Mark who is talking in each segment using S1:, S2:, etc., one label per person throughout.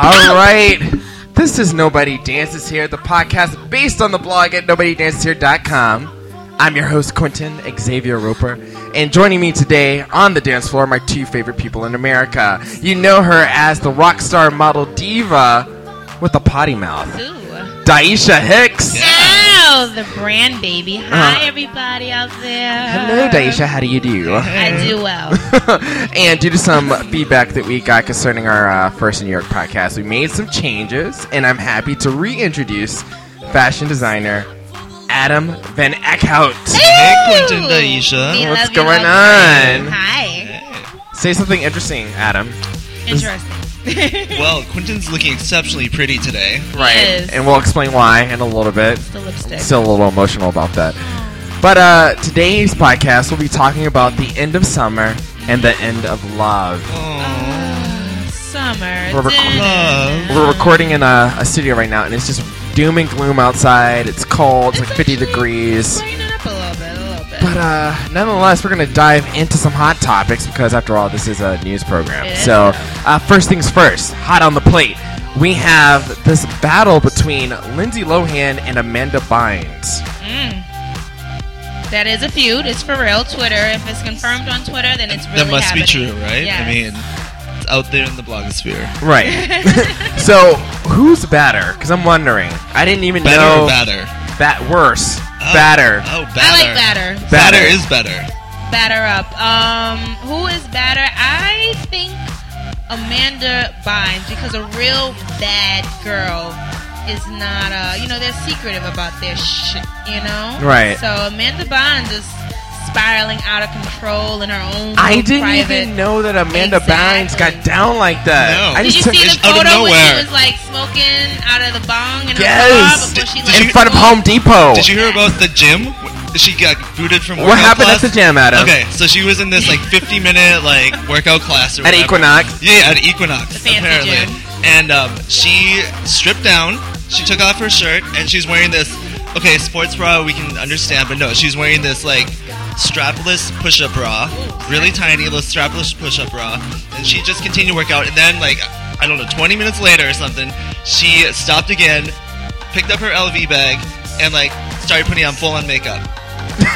S1: All right. This is Nobody Dances Here, the podcast based on the blog at nobodydanceshere.com. I'm your host, Quentin Xavier Roper, and joining me today on the dance floor are my two favorite people in America. You know her as the rock star model diva with a potty mouth,
S2: Ooh.
S1: Daisha Hicks.
S2: Ow, the brand baby. Hi,
S1: Uh,
S2: everybody out there.
S1: Hello, Daisha. How do you do?
S2: I do well.
S1: and due to some feedback that we got concerning our uh, first New York podcast, we made some changes, and I'm happy to reintroduce fashion designer Adam Van Eckhout.
S3: Hey,
S2: Ooh.
S3: Quentin Daisha.
S2: We
S1: What's
S2: love you,
S1: going
S2: Elton.
S1: on?
S2: Hi.
S1: Say something interesting, Adam.
S2: Interesting.
S3: Well, Quentin's looking exceptionally pretty today.
S2: Yes.
S1: And we'll explain why in a little bit.
S2: the lipstick.
S1: Still a little emotional about that. But uh, today's podcast, we'll be talking about the end of summer and the end of love.
S3: Oh,
S2: Summer.
S1: We're recording.
S2: dinner.
S1: We're recording in a, a studio right now, and it's just doom and gloom outside. It's cold. It's, like 50
S2: actually
S1: degrees.
S2: brightening up a little bit, a little bit.
S1: But uh, nonetheless, we're going to dive into some hot topics because, after all, this is a news program.
S2: It is.
S1: So, uh, first things first, hot on the plate. We have this battle between Lindsay Lohan and Amanda Bynes.
S2: Mm. That is a feud. It's for real. Twitter. If it's confirmed on Twitter, then it's really
S3: that must
S2: happening.
S3: be true, right?
S2: Yes.
S3: I mean, it's out there in the blogosphere.
S1: Right. so, who's better? Because I'm wondering. I didn't even
S3: Better
S1: know
S3: or badder?
S1: that worse.
S3: Oh,
S1: Batter.
S3: Oh, badder.
S2: I like batter.
S3: Badder
S1: Batter.
S3: is better.
S2: batter up. Um, who is batter? I think Amanda Bynes because a real bad girl is not uh you know they're secretive about their shit you know
S1: Right.
S2: so Amanda Bynes is spiraling out of control in her own
S1: I
S2: little
S1: didn't
S2: private.
S1: even know that Amanda Bynes
S2: Exactly.
S1: got down like that.
S3: No.
S1: I
S2: did
S1: just
S2: you
S1: took-
S2: see the
S3: out of
S2: photo when she
S3: nowhere.
S2: was like smoking out of the bong in her
S1: Yes.
S2: car before she
S3: Did-
S2: left
S3: did
S1: in
S3: you-
S1: front of Home Depot.
S3: Did you hear about the gym? She got booted from
S1: what
S3: workout
S1: happened
S3: class?
S1: at the gym, Adam?
S3: Okay, so she was in this like 50 minute like workout class or
S1: At
S3: whatever.
S1: Equinox.
S3: Yeah, at Equinox.
S2: The fancy
S3: apparently.
S2: gym.
S3: And um, she stripped down. She took off her shirt and she's wearing this. Okay, sports bra we can understand, but no, she's wearing this like strapless push-up bra, really tiny little strapless push-up bra, and she just continued to work out. And then like I don't know, 20 minutes later or something, she stopped again, picked up her LV bag, and like started putting on full-on makeup.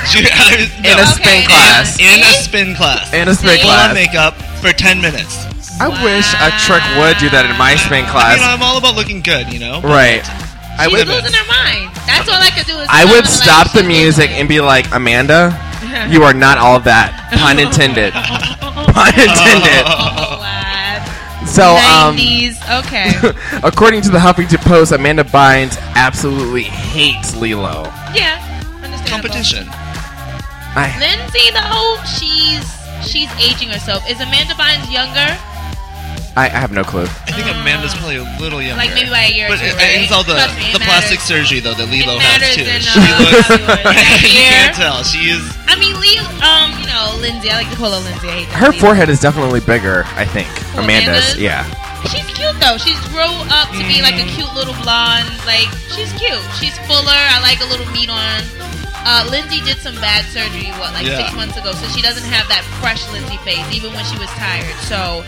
S3: She, I was-
S1: In
S3: no.
S1: a spin
S2: Okay.
S1: class.
S3: in a spin class.
S1: In a spin
S2: See?
S3: full on
S1: class.
S3: makeup for 10 minutes.
S1: I wish a trick would do that in my spin
S3: You know,
S1: class.
S3: I'm all about looking good, you know?
S1: Right. I
S2: she's
S1: would.
S2: losing her mind that's all I could do is
S1: I
S2: tell
S1: would
S2: her, like,
S1: stop the
S2: she's losing
S1: music
S2: it.
S1: and be like, Amanda, you are not all that. Pun intended. Pun intended.
S2: Oh, wow.
S1: So, um,
S2: 90s. Okay.
S1: according to the Huffington Post, Amanda Bynes absolutely hates Lilo.
S2: yeah. Understandable.
S3: Competition.
S1: I,
S2: Lindsay, though, she's she's aging herself. Is Amanda Bynes younger?
S1: I, I have no clue.
S3: I think Amanda's probably a little younger.
S2: Like maybe by a year or
S3: But
S2: two.
S3: it,
S2: right?
S3: it's all the,
S2: Trust me, it
S3: the plastic
S2: matters.
S3: surgery, though, that
S2: It
S3: Lilo has,
S2: matters
S3: too.
S2: in,
S3: She
S2: uh,
S3: looks.
S2: that
S3: you
S2: year.
S3: can't tell. She is.
S2: I mean, Leo, um, you know, Lindsay. I like to call her Lindsay. I hate that
S1: Her
S2: Leo.
S1: forehead is definitely bigger, I think.
S2: Who, Amanda's?
S1: Amanda's, yeah.
S2: She's cute though. She's grown up to be like a cute little blonde. Like she's cute. She's fuller. I like a little meat on. Uh, Lindsay did some bad surgery what like
S3: Yeah.
S2: six months ago, so she doesn't have that fresh Lindsay face even when she was tired. So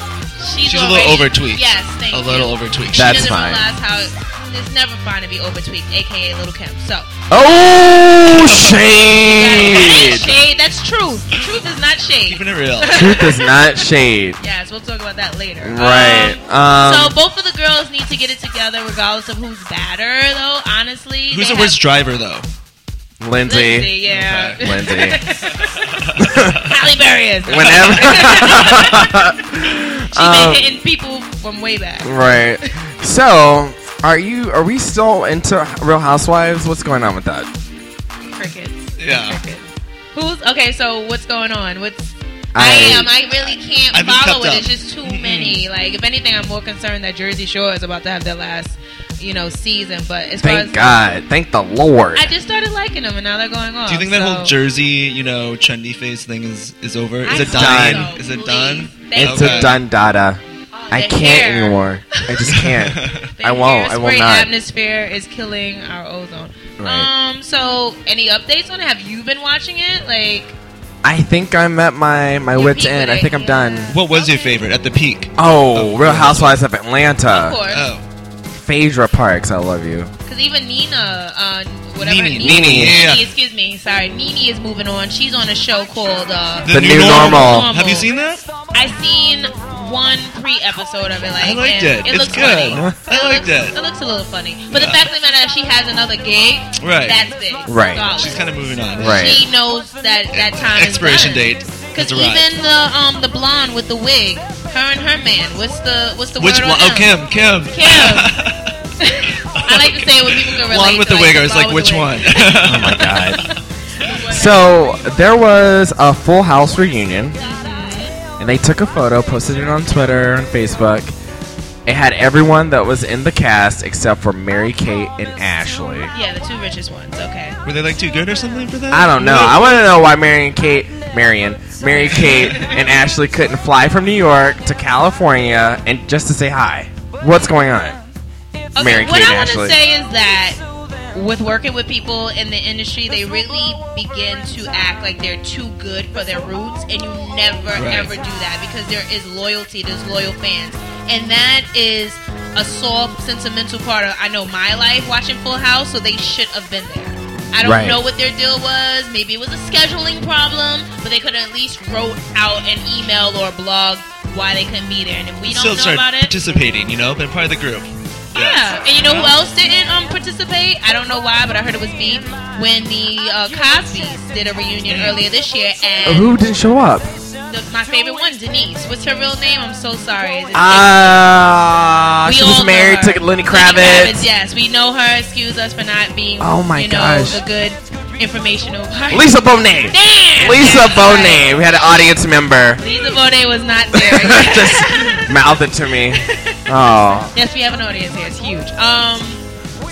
S2: she's,
S3: She's a little
S2: already-
S3: overtweaked.
S2: Yes, thank
S3: A
S2: you.
S3: little overtweaked.
S2: She
S1: That's
S2: doesn't
S1: fine.
S2: realize how it's never fine to be overtweaked, aka Little Kim. So
S1: Oh, shade!
S2: shade. That's truth. Truth is not shade.
S3: Keeping it real.
S1: Truth is not shade.
S2: Yes, we'll talk about that later.
S1: Right.
S2: Um,
S1: Um,
S2: so both of the girls need to get it together, regardless of who's badder, though. Honestly,
S3: Who's
S2: They
S3: the
S2: have-
S3: worst driver, though?
S1: Lindsay.
S2: Lindsay, yeah.
S3: Okay.
S1: Lindsay.
S2: Halle Berry is.
S1: Whenever.
S2: She's
S1: Um,
S2: been hitting people from way back.
S1: right. So, are you? Are we still into Real Housewives? What's going on with that?
S2: Crickets.
S3: Yeah.
S2: Crickets. Who's okay? So what's going on? What's
S1: I-
S2: I, am. I really can't
S3: I've been
S2: follow
S3: kept
S2: it.
S3: up.
S2: It's just too many. Like if anything, I'm more concerned that Jersey Shore is about to have their last, you know, season. But as far as
S1: Thank God. Thank the Lord.
S2: I just started liking them, and now they're going on.
S3: Do you think that whole
S2: Oh, so-
S3: Jersey, you know, trendy face thing is, is over? Is
S2: I
S3: it
S2: hope
S3: dying?
S2: so,
S3: Is it
S2: please.
S3: done?
S2: Thank
S1: it's
S2: you.
S1: a done data.
S2: Oh,
S1: I
S2: The
S1: can't
S2: hair.
S1: anymore. I just can't.
S2: The
S1: I won't. I will
S2: hairspray
S1: not.
S2: Atmosphere is killing our ozone.
S1: Right.
S2: Um. So, any updates on it? Have you been watching it? Like,
S1: I think I'm at my my
S2: Your
S1: wits
S2: peak
S1: end.
S2: with
S1: I
S2: it,
S1: think I'm
S2: yeah.
S1: done.
S3: What was your
S2: Okay.
S3: favorite at the peak?
S1: Oh,
S3: Of
S1: Real
S3: course.
S1: Housewives of
S2: of
S1: Atlanta.
S2: course,
S3: Oh,
S1: Phaedra Parks. I love you.
S2: because even Nina, uh, whatever
S3: Nene,
S2: Nene,
S3: Nene, yeah.
S2: Nene, excuse me, sorry, Nene is moving on. She's on a show called. Uh,
S1: The New Normal.
S3: Have you seen that?
S2: I seen one pre episode of it. Like,
S3: I liked
S2: and
S3: it. It's
S2: looks
S3: good.
S2: Funny.
S3: I liked
S2: looks,
S3: it.
S2: It looks a little funny, but the
S3: Yeah.
S2: fact of the matter is she has another gig.
S3: Right.
S2: That's big.
S1: Right.
S2: Solid.
S3: She's kind of moving on.
S1: Right.
S2: She knows that that time
S3: Expiration
S2: is done.
S3: date.
S2: Because
S3: That's a wrap.
S2: even the um the blonde with the wig, her and her man. What's the what's the
S3: Which
S2: word
S3: one?
S2: on
S3: Oh,
S2: him?
S3: Kim. Kim.
S2: I like to say it when people can relate.
S3: Blonde with
S2: to,
S3: the wig. I was
S2: blonde
S3: like,
S2: with
S3: which
S2: the
S3: one?
S2: wig.
S1: Oh my god. So there was a Full House reunion, and they took a photo, posted it on Twitter and Facebook. It had everyone that was in the cast except for Mary Kate and Ashley.
S2: Yeah, the two richest ones. Okay.
S3: Were they like too good or something for that?
S1: I don't know. I want to know why Mary and Kate, Marion, Mary Kate, and Ashley couldn't fly from New York to California and just to say hi. What's going on?
S2: Okay,
S1: Mary
S2: what
S1: Kate
S2: I want to
S1: Ashley.
S2: say is that with working with people in the industry, they really begin to act like they're too good for their roots, and you never
S3: Right.
S2: ever do that because there is loyalty, there's loyal fans, and that is a soft, sentimental part of I know my life watching Full House, so they should have been there. I don't
S1: Right.
S2: know what their deal was. Maybe it was a scheduling problem, but they could have at least wrote out an email or a blog why they couldn't be there. And if we don't
S3: Still
S2: know
S3: started
S2: about it,
S3: participating, you know, been part of the group.
S2: yeah, and you know who else didn't um, participate? I don't know why, but I heard it was me when the uh, Cosby's did a reunion earlier this year, and
S1: Who didn't show up?
S2: the, my favorite one, Denise. What's her real name? I'm so sorry. Is it-
S1: Ah,
S2: We
S1: she
S2: all
S1: was
S2: know
S1: married
S2: her.
S1: to Lenny Kravitz.
S2: Yes, we know her. Excuse us for not being.
S1: Oh my
S2: you know,
S1: gosh.
S2: The good informational part.
S1: Lisa Bonet.
S2: Damn.
S1: Lisa
S2: That's right.
S1: Bonet. We had an audience member
S2: Lisa Bonet was not there.
S1: just mouth it to me. Oh,
S2: Yes, we have an audience here. It's huge. Um,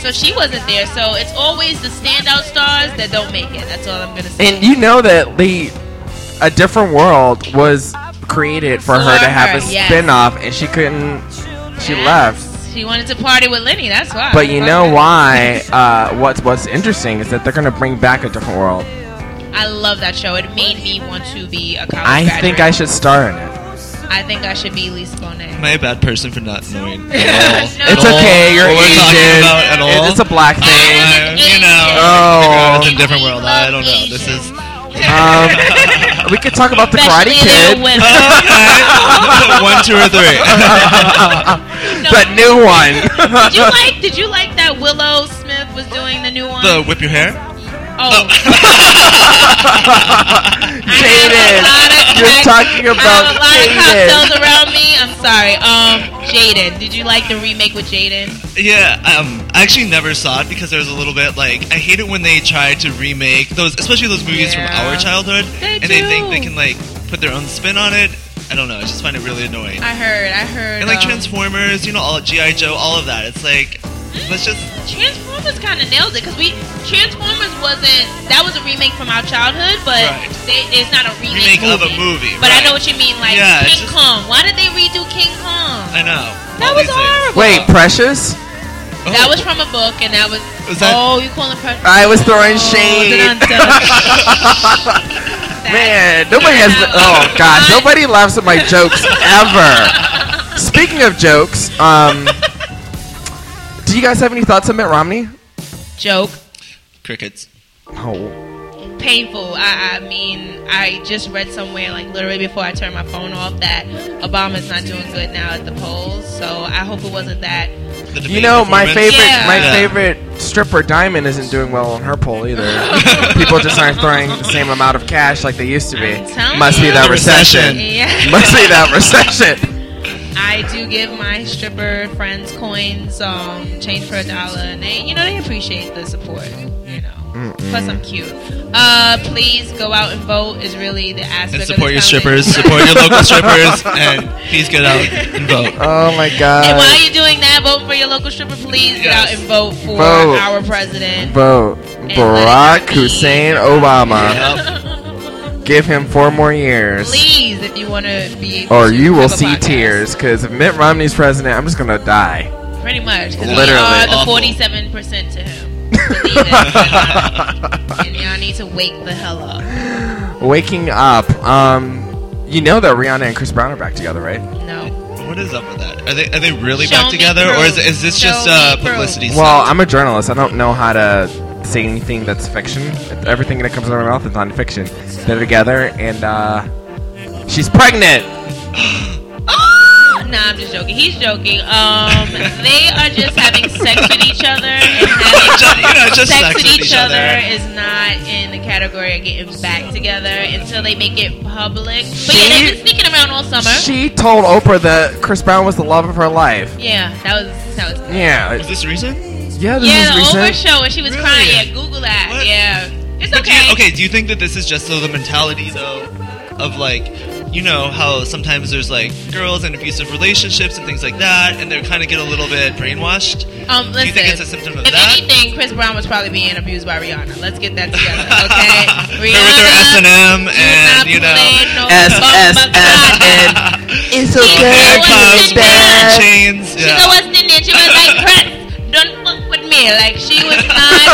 S2: so she wasn't there. So it's always the standout stars that don't make it. That's all I'm gonna say.
S1: and you know that the a different world was created for
S2: For
S1: her to have
S2: her,
S1: a
S2: yes.
S1: spin-off and she couldn't she
S2: Yes.
S1: left
S2: She wanted to party with Lenny. That's why.
S1: But you
S2: Fuck
S1: know
S2: that.
S1: why? Uh, what's what's interesting is that they're gonna bring back a different world.
S2: I love that show. It made me want to be a college
S1: I
S2: graduate.
S1: think I should star in it.
S2: I think I should be Lisa Bonet.
S3: Am I a bad person for not knowing? at all?
S2: No.
S1: It's
S3: At all?
S1: okay. You're
S3: What we're talking
S1: Asian.
S3: about at all?
S1: It- It's a black thing.
S2: I am
S3: you know,
S2: Asian.
S1: Oh.
S3: it's a different world. I don't know.
S2: Asian.
S3: This is.
S1: Um, we could talk about the Karate
S2: Especially their
S1: Kid.
S2: women.
S3: Okay. One, two, or three.
S2: No.
S1: the new one.
S2: Did you like? Did you like that Willow Smith was doing the new one?
S3: the whip your hair.
S2: oh,
S1: Jaden,
S2: I have a lot of
S1: you're
S2: cock-
S1: talking
S2: I have
S1: about
S2: a lot of cocktails
S1: Jaden.
S2: around me. I'm sorry. Um, Jaden, did you like the remake with Jaden?
S3: Yeah, um, I actually never saw it because there was a little bit like I hate it when they try to remake those, especially those movies
S2: Yeah.
S3: from our childhood,
S2: They
S3: and they think
S2: do.
S3: they can like put their own spin on it. I don't know. I just find it really annoying.
S2: I heard. I heard.
S3: and like
S2: um,
S3: Transformers, you know, all GI Joe, all of that. It's like let's just
S2: Transformers kind of nailed it because we Transformers wasn't that was a remake from our childhood, but
S3: Right.
S2: they, it's not a remake,
S3: Remake of a movie,
S2: But I know
S3: right.
S2: what you mean, like
S3: Yeah, it's
S2: King
S3: just-
S2: Kong. Why did they redo King Kong?
S3: I know
S2: That
S3: all
S2: was
S3: these things.
S2: horrible.
S1: Wait, Precious?
S3: Oh,
S2: That was from a book, and that was,
S3: Was that-
S2: oh, you calling her?
S1: I was throwing
S2: Oh,
S1: shade.
S2: dun, dun, dun.
S1: Man, nobody has. Oh gosh, nobody laughs at my jokes ever. Speaking of jokes, um, do you guys have any thoughts on Mitt Romney?
S2: joke.
S3: crickets.
S1: Oh,
S2: painful. I, I mean, I just read somewhere, like literally before I turned my phone off, that Obama's not doing good now at the polls. So I hope it wasn't that.
S3: The
S1: you
S3: debate
S1: know my
S3: performance.
S1: favorite,
S2: Yeah.
S1: my
S3: Yeah.
S1: favorite stripper Diamond isn't doing well on her poll either. People just aren't throwing the same amount of cash like they used to be.
S2: I'm telling
S1: Must be
S2: you.
S1: that
S3: The recession.
S1: recession.
S2: Yeah,
S1: Must be that recession.
S2: I do give my stripper friends coins, um, change for a dollar, and they, you know, they appreciate the support. You know, plus I'm cute. Uh, please go out and vote is really the aspect.
S3: And
S2: of
S3: support your
S2: this
S3: strippers.
S2: conversation.
S3: Support your local strippers, and please get out and vote.
S1: Oh my
S2: And while
S1: God.
S2: you're doing that, vote for your local stripper. Please get out
S3: Yes.
S2: and vote for
S1: Vote.
S2: our president.
S1: Vote
S2: let it not
S1: Barack
S2: be-
S1: Hussein Obama.
S3: Yep.
S1: Give him four more years.
S2: Please, if you want to be. able
S1: Or
S2: to
S1: you will
S2: have a
S1: see
S2: podcast.
S1: tears, because if Mitt Romney's president, I'm just gonna die.
S2: Pretty much. 'cause we
S1: Literally.
S2: are the
S3: Awful.
S2: 47% to him. Believe it. and y'all need to wake the hell up.
S1: Waking up. Um, you know that Rihanna and Chris Brown are back together, right?
S2: No.
S3: What is up with that? Are they are they really
S2: Show
S3: back
S2: me
S3: together, or is,
S2: proof.
S3: is this
S2: Show
S3: just
S2: me
S3: uh,
S2: proof.
S3: publicity?
S1: Well, I'm a journalist. I don't know how to say anything that's fiction. Everything that comes out of my mouth is nonfiction. They're together, and uh, she's pregnant.
S2: Ah! Nah, I'm just joking. He's joking. Um, they are just having sex with each other. And having
S3: Just- you know, just
S2: sex with each other is not in the category of getting back together until they make it public. But yeah,
S1: She-
S2: they've been sneaking around all summer.
S1: She told Oprah that Chris Brown was the love of her life.
S2: yeah, that was that was.
S1: Yeah,
S3: Was this recent?
S1: yeah, this
S2: Yeah, the
S1: is
S2: Oprah
S1: recent.
S2: show when she was
S3: Really?
S2: crying. Yeah, Google that.
S3: What?
S2: Yeah, it's
S3: But do you-
S2: okay.
S3: okay. Do you think that this is just so the mentality though of like, you know how sometimes there's like girls in abusive relationships and things like that, and they kind of get a little bit brainwashed.
S2: Um,
S3: Do
S2: listen,
S3: you think it's a symptom of
S2: if
S3: that?
S2: anything, Chris Brown was probably being abused by Rihanna. Let's get that together, okay?
S3: They're with their S and
S2: Rihanna,
S3: M, and you know.
S2: playing no
S1: S, S,
S2: bumper
S1: S,
S2: cotton.
S1: and- It's
S3: Here
S2: okay,
S3: comes
S2: baby.
S3: Ball and Chains.
S2: She
S3: Yeah.
S2: was in there. She was like, "Chris, don't fuck with me." Like she was not.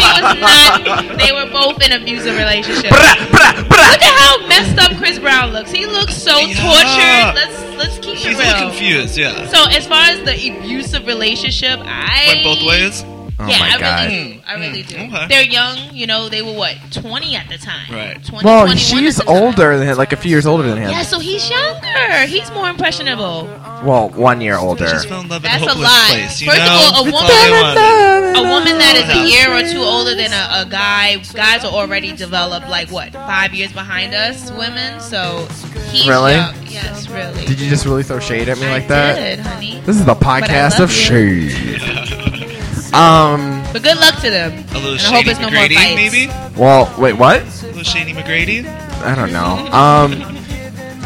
S2: she was not. They were both in abusive relationships.
S1: Bra, bra, bra.
S2: Look at how messed up Chris Brown looks. He looks so
S3: Yeah.
S2: tortured. Let's let's keep
S3: She's
S2: it
S3: a
S2: real.
S3: little confused. Yeah.
S2: So as far as the abusive relationship, I
S3: Went both ways.
S1: Oh
S2: yeah,
S1: my
S2: I
S1: god.
S2: really do. I really do.
S3: Mm, okay.
S2: They're young, you know. They were what twenty at the time.
S3: Right.
S2: 20,
S1: Well,
S2: 21
S1: she's
S2: at the time.
S1: older than like a few years older than him.
S2: Yeah, so he's younger. He's more impressionable.
S1: Well, one year older.
S3: She just fell in love in
S2: That's
S3: a
S2: a
S3: hopeless
S2: lie.
S3: place. You
S2: First of
S3: know?
S2: all, a
S3: That's
S2: woman-
S3: they wanted.
S2: A woman that is a year or two older than a, a guy. Guys are already developed, like what, five years behind us, women. So he's
S1: Really?
S2: young. Yes, really.
S1: Did you just really throw shade at me
S2: I
S1: like that?
S2: did, honey.
S1: This is the
S2: I
S1: podcast
S2: love
S1: of
S2: you.
S1: shade. um.
S2: But good luck to them.
S3: A little
S2: and I hope
S3: Shady
S2: it's no more
S3: McGrady,
S2: fights.
S3: maybe?
S1: Well, wait, what?
S3: A little Shady McGrady?
S1: I don't know. Um.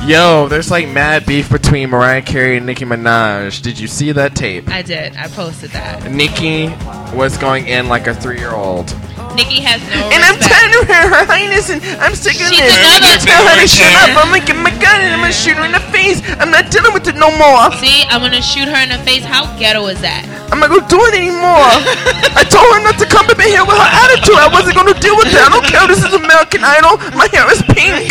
S1: Yo, there's like mad beef between Mariah Carey and Nicki Minaj. Did you see that tape?
S2: I did. I posted that.
S1: Nicki was going in like a three-year-old.
S2: Nikki has no.
S1: And I'm
S2: respect.
S1: tired of her, her highness, and I'm sick of
S2: She's
S1: this.
S2: another
S1: I'm gonna tell her to
S3: bitch.
S1: shut up. I'm gonna get my gun and I'm gonna shoot her in the face. I'm not dealing with it no more.
S2: See, I'm gonna shoot her in the face. How ghetto is that?
S1: I'm not gonna do it anymore. I told her not to come up in here with her attitude. I wasn't gonna deal with it. I don't care. This is American Idol. My hair is pink.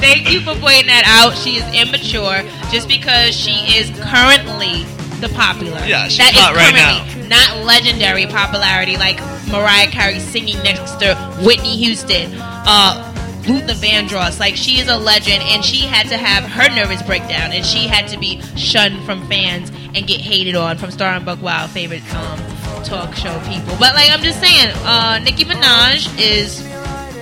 S2: Thank you for pointing that out. She is immature just because she is currently the popular.
S3: Yeah, she's
S2: That is
S3: hot right
S2: currently Not legendary popularity like Mariah Carey singing next to Whitney Houston, uh, Luther Vandross. Like she is a legend, and she had to have her nervous breakdown, and she had to be shunned from fans and get hated on from Star and Buck Wild favorite um, talk show people. But like I'm just saying, uh, Nicki Minaj is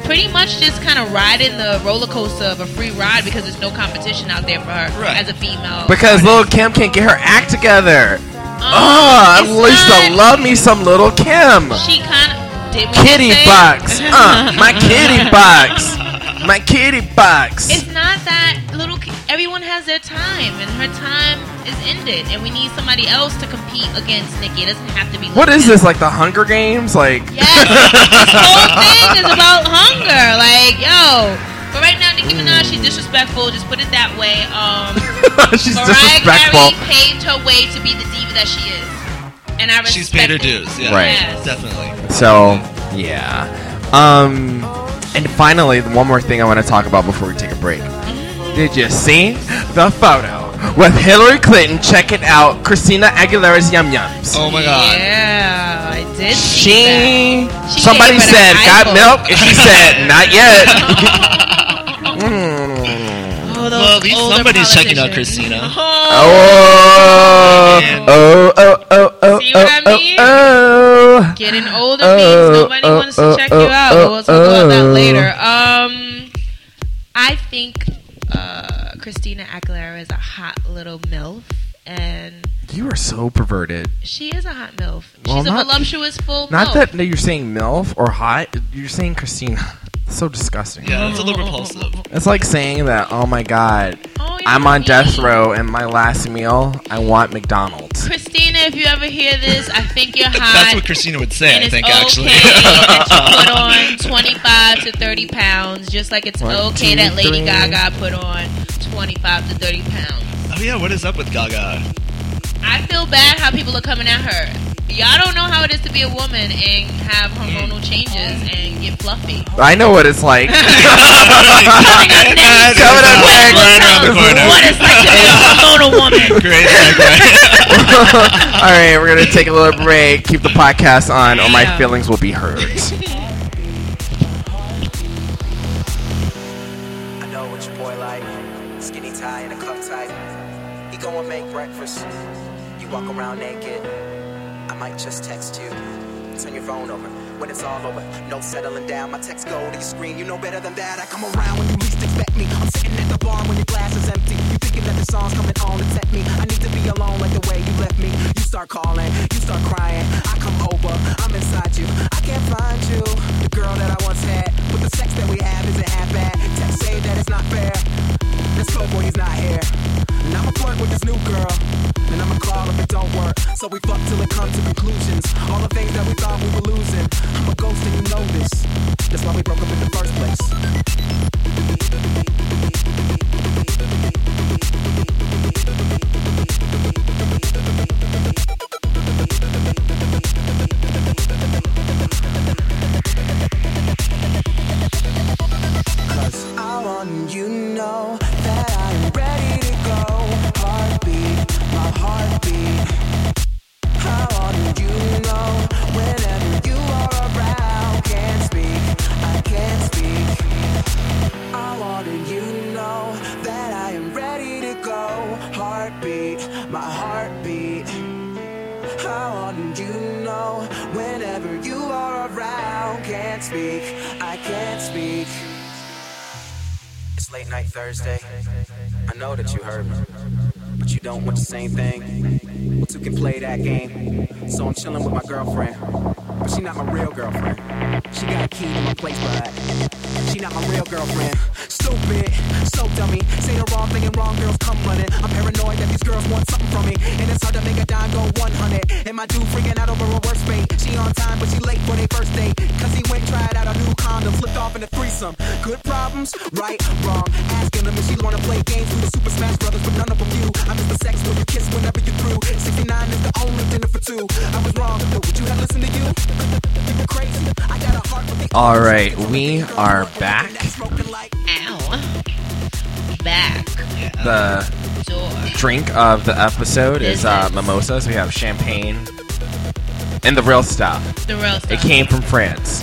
S2: pretty much just kind of riding the roller coaster of a free ride because there's no competition out there for her
S3: Right.
S2: as a female.
S1: Because Lil Kim can't get her act together.
S2: Um,
S1: Oh, I
S2: it's
S1: used to
S2: not-
S1: love me some Little Kim.
S2: She kind of did. we
S1: Kitty
S2: just say-
S1: box. Uh, my kitty box. My kitty box.
S2: It's not that little. ki- Everyone has their time, and her time is ended, and we need somebody else to compete against Nikki. It doesn't have to be.
S1: What
S2: Lil
S1: is
S2: Kim.
S1: this, like the Hunger Games? Like,
S2: Yes, this whole thing is about hunger. Like, yo. But right now, Nicki Minaj, she's disrespectful. Just put it that way. Um,
S1: she's
S2: Mariah
S1: disrespectful.
S2: Carey paved her way to be the diva that she is, and I respect
S3: She's paid her
S2: it.
S3: dues. Yeah.
S1: Right.
S2: Yes.
S3: Definitely.
S1: So, yeah. Um, and finally, the one more thing I want to talk about before we take a break.
S2: Mm-hmm.
S1: Did you see the photo with Hillary Clinton checking out Christina Aguilera's yum yums?
S3: Oh my god.
S2: Yeah, I did. see
S1: She,
S2: She
S1: somebody
S2: gave it an
S1: said, "Got
S2: eyeful."
S1: milk?" and she said, "Not yet."
S2: that. oh, those
S3: Well, at least
S2: older
S3: somebody's checking out
S2: politicians.
S3: Christina.
S2: Oh,
S1: Oh, oh, oh, oh, oh,
S2: See what
S1: oh,
S2: I
S1: oh,
S2: mean?
S1: oh.
S2: getting older
S1: Oh,
S2: means nobody
S1: oh,
S2: wants to
S1: oh,
S2: check
S1: oh,
S2: you out.
S1: oh,
S2: we'll talk about that
S1: oh.
S2: later. Um, I think uh, Christina Aguilera is a hot little milf, and
S1: You are so perverted.
S2: she is a hot milf.
S1: Well,
S2: She's
S1: not-
S2: a voluptuous full
S1: Not
S2: milf.
S1: that no, you're saying milf or hot. You're saying Christina. So disgusting.
S3: Yeah, that's a little repulsive.
S1: It's like saying that, oh my god,
S2: Oh,
S1: I'm on death row, and my last meal, I want McDonald's.
S2: Christina, if you ever hear this, I think you're hot.
S3: That's what Christina would say,
S2: and
S3: I
S2: it's
S3: think,
S2: okay
S3: actually.
S2: that you put on 25 to 30 pounds, just like it's
S1: One,
S2: okay
S1: two,
S2: that Lady
S1: three.
S2: Gaga put on 25 to 30 pounds.
S3: oh, yeah, what is up with Gaga?
S2: I feel bad how people are coming at her. Y'all don't know how it is to be a woman and have hormonal changes and get fluffy.
S1: I know what it's like.
S2: Coming up next.
S1: Coming up
S2: What
S1: next.
S3: Right around the corner.
S2: What it's like to be a hormonal woman.
S3: Great segue.
S1: All right, we're gonna take a little break. Keep the podcast on, or my
S2: Yeah.
S1: feelings will be hurt.
S4: I know what your boy like. Skinny tie and a cup tight. He go and make breakfast. You walk around naked. I might just text you. Turn your phone over when it's all over. No settling down. My text go to your screen. You know better than that. I come around when you least expect me. I'm sitting at the bar when your glass is empty. You thinking that the song's coming on to tempt me. I need to be alone like the way you left me. You start calling. You start crying. I come over. I'm inside you. I can't find you. The girl that I once had. But the sex that we have isn't half bad. Text say that it's not fair. This flow boy, he's not here. And I'ma flirt with this new girl. And I'ma call if it don't work. So we fuck till it comes to conclusions. All the things that we thought we were losing. I'm a ghost and you know this. That's why we broke up in the first place. Cause I want you to know that I'm ready to go. Heartbeat, my heartbeat. I want you to know whenever you are around. Can't speak, I can't speak. I wanted you to know that I am ready to go. Heartbeat, my heartbeat. I wanted you to know whenever you are around. Can't speak, I can't speak. It's late night Thursday. I know that you heard me, but you don't want the same thing. Well, two can play that game. So I'm chilling with my girlfriend, but she not my real girlfriend. She got a key to my place, but she not my real girlfriend. Stupid, so dummy. Say the wrong thing and wrong girls come running. I'm paranoid that these girls want something from me, and it's hard to make a dime go 100. And my dude freaking out over a worse fate. She on time, but she late for their first date. Cause he went and tried out a new condom, flipped off in a threesome. Good problems, right, wrong. Asking them if she wanna play games with the Super Smash Brothers, but none of them you. I miss the sex till you kiss whenever you through. 69 is the only dinner for two. I was wrong, but would you have listened to you? You were crazy. I got a heart for the
S1: All right, we are back.
S2: Ow. Back
S1: The
S2: door.
S1: drink of the episode is uh, mimosas. We have champagne and the real stuff.
S2: The real stuff.
S1: It came from France.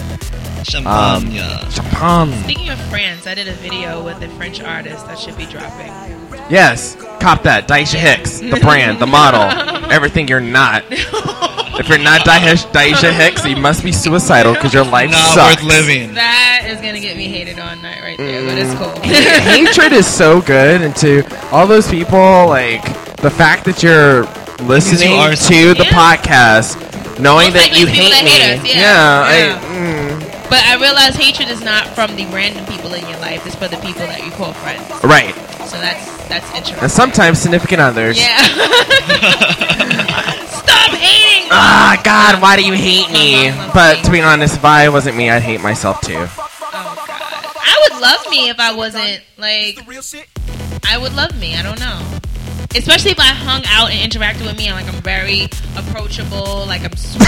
S1: Um,
S3: Champagne. yeah.
S1: Champagne.
S2: Speaking of France, I did a video with a French artist that should be dropping.
S1: Yes, cop that. Daisha Hicks, the brand, the model, everything you're not. If you're not Daisha, Daisha Hicks, you must be suicidal because your life
S3: Not
S1: sucks.
S3: worth living.
S2: That is gonna get me hated on night right there, but it's cool.
S1: hatred is so good and to all those people like the fact that you're listening
S3: you are
S1: to the
S2: Yeah.
S1: podcast knowing
S2: Most
S1: that
S2: likely
S1: you
S2: people
S1: hate
S2: that
S1: me
S2: hate us,
S1: yeah,
S2: yeah.
S1: I, mm,
S2: but I realize hatred is not from the random people in your life; it's for the people that you call friends.
S1: mm, right
S2: So that's that's interesting.
S1: and sometimes significant others
S2: yeah. Stop hating. Oh
S1: ah god why do you hate me but to be honest if i wasn't me i'd hate myself too
S2: Oh God. I would love me if I wasn't like. I would love me. I don't know. Especially if I hung out and interacted with me, and like I'm very approachable, like I'm sweet.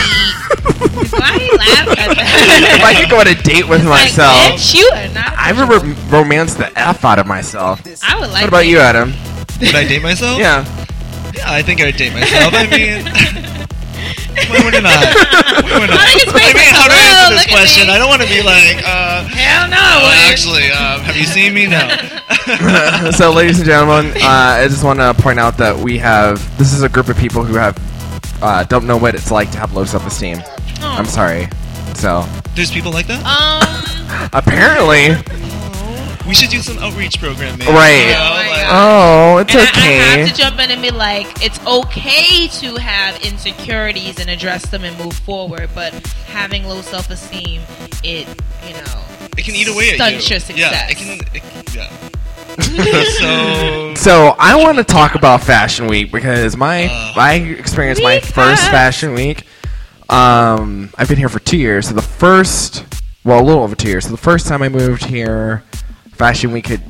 S2: Why are you laughing at that?
S1: if i could go on a date with
S2: Like,
S1: myself
S2: bitch, you are not.
S1: i would rom- romance the f out of myself
S2: I would like.
S1: what about you adam
S3: Would I date myself?
S1: yeah
S3: Yeah, I think I would date myself. I mean, why would I not? Why would I?
S2: I think it's
S3: I
S2: pretty
S3: mean, how do I
S2: cool.
S3: answer this
S2: Look at
S3: question?
S2: me.
S3: I don't want to be like, uh,
S2: Hell no.
S3: oh,
S2: Wade.
S3: actually, uh, have you seen me? No.
S1: so, ladies and gentlemen, uh, I just want to point out that we have this is a group of people who have uh, don't know what it's like to have low self-esteem.
S2: Oh.
S1: I'm sorry. So,
S3: There's people like that?
S2: Um.
S1: apparently,
S3: We should do some outreach program, maybe.
S1: Right.
S3: You
S2: Oh my
S3: know, like,
S2: God.
S1: oh, it's
S2: and I- I,
S1: okay.
S2: have to jump in and be like, it's okay to have insecurities and address them and move forward, but having low self esteem, it you know,
S3: it can eat away at
S2: Stunts
S3: you.
S2: your
S3: Yeah,
S2: success.
S3: it can. It, yeah. so
S1: So I want to talk about Fashion Week because my I experienced my
S2: Week uh.
S1: first
S2: up.
S1: Fashion Week. Um, I've been here for two years. So the first, well, a little over two years. So the first time I moved here, Fashion Week had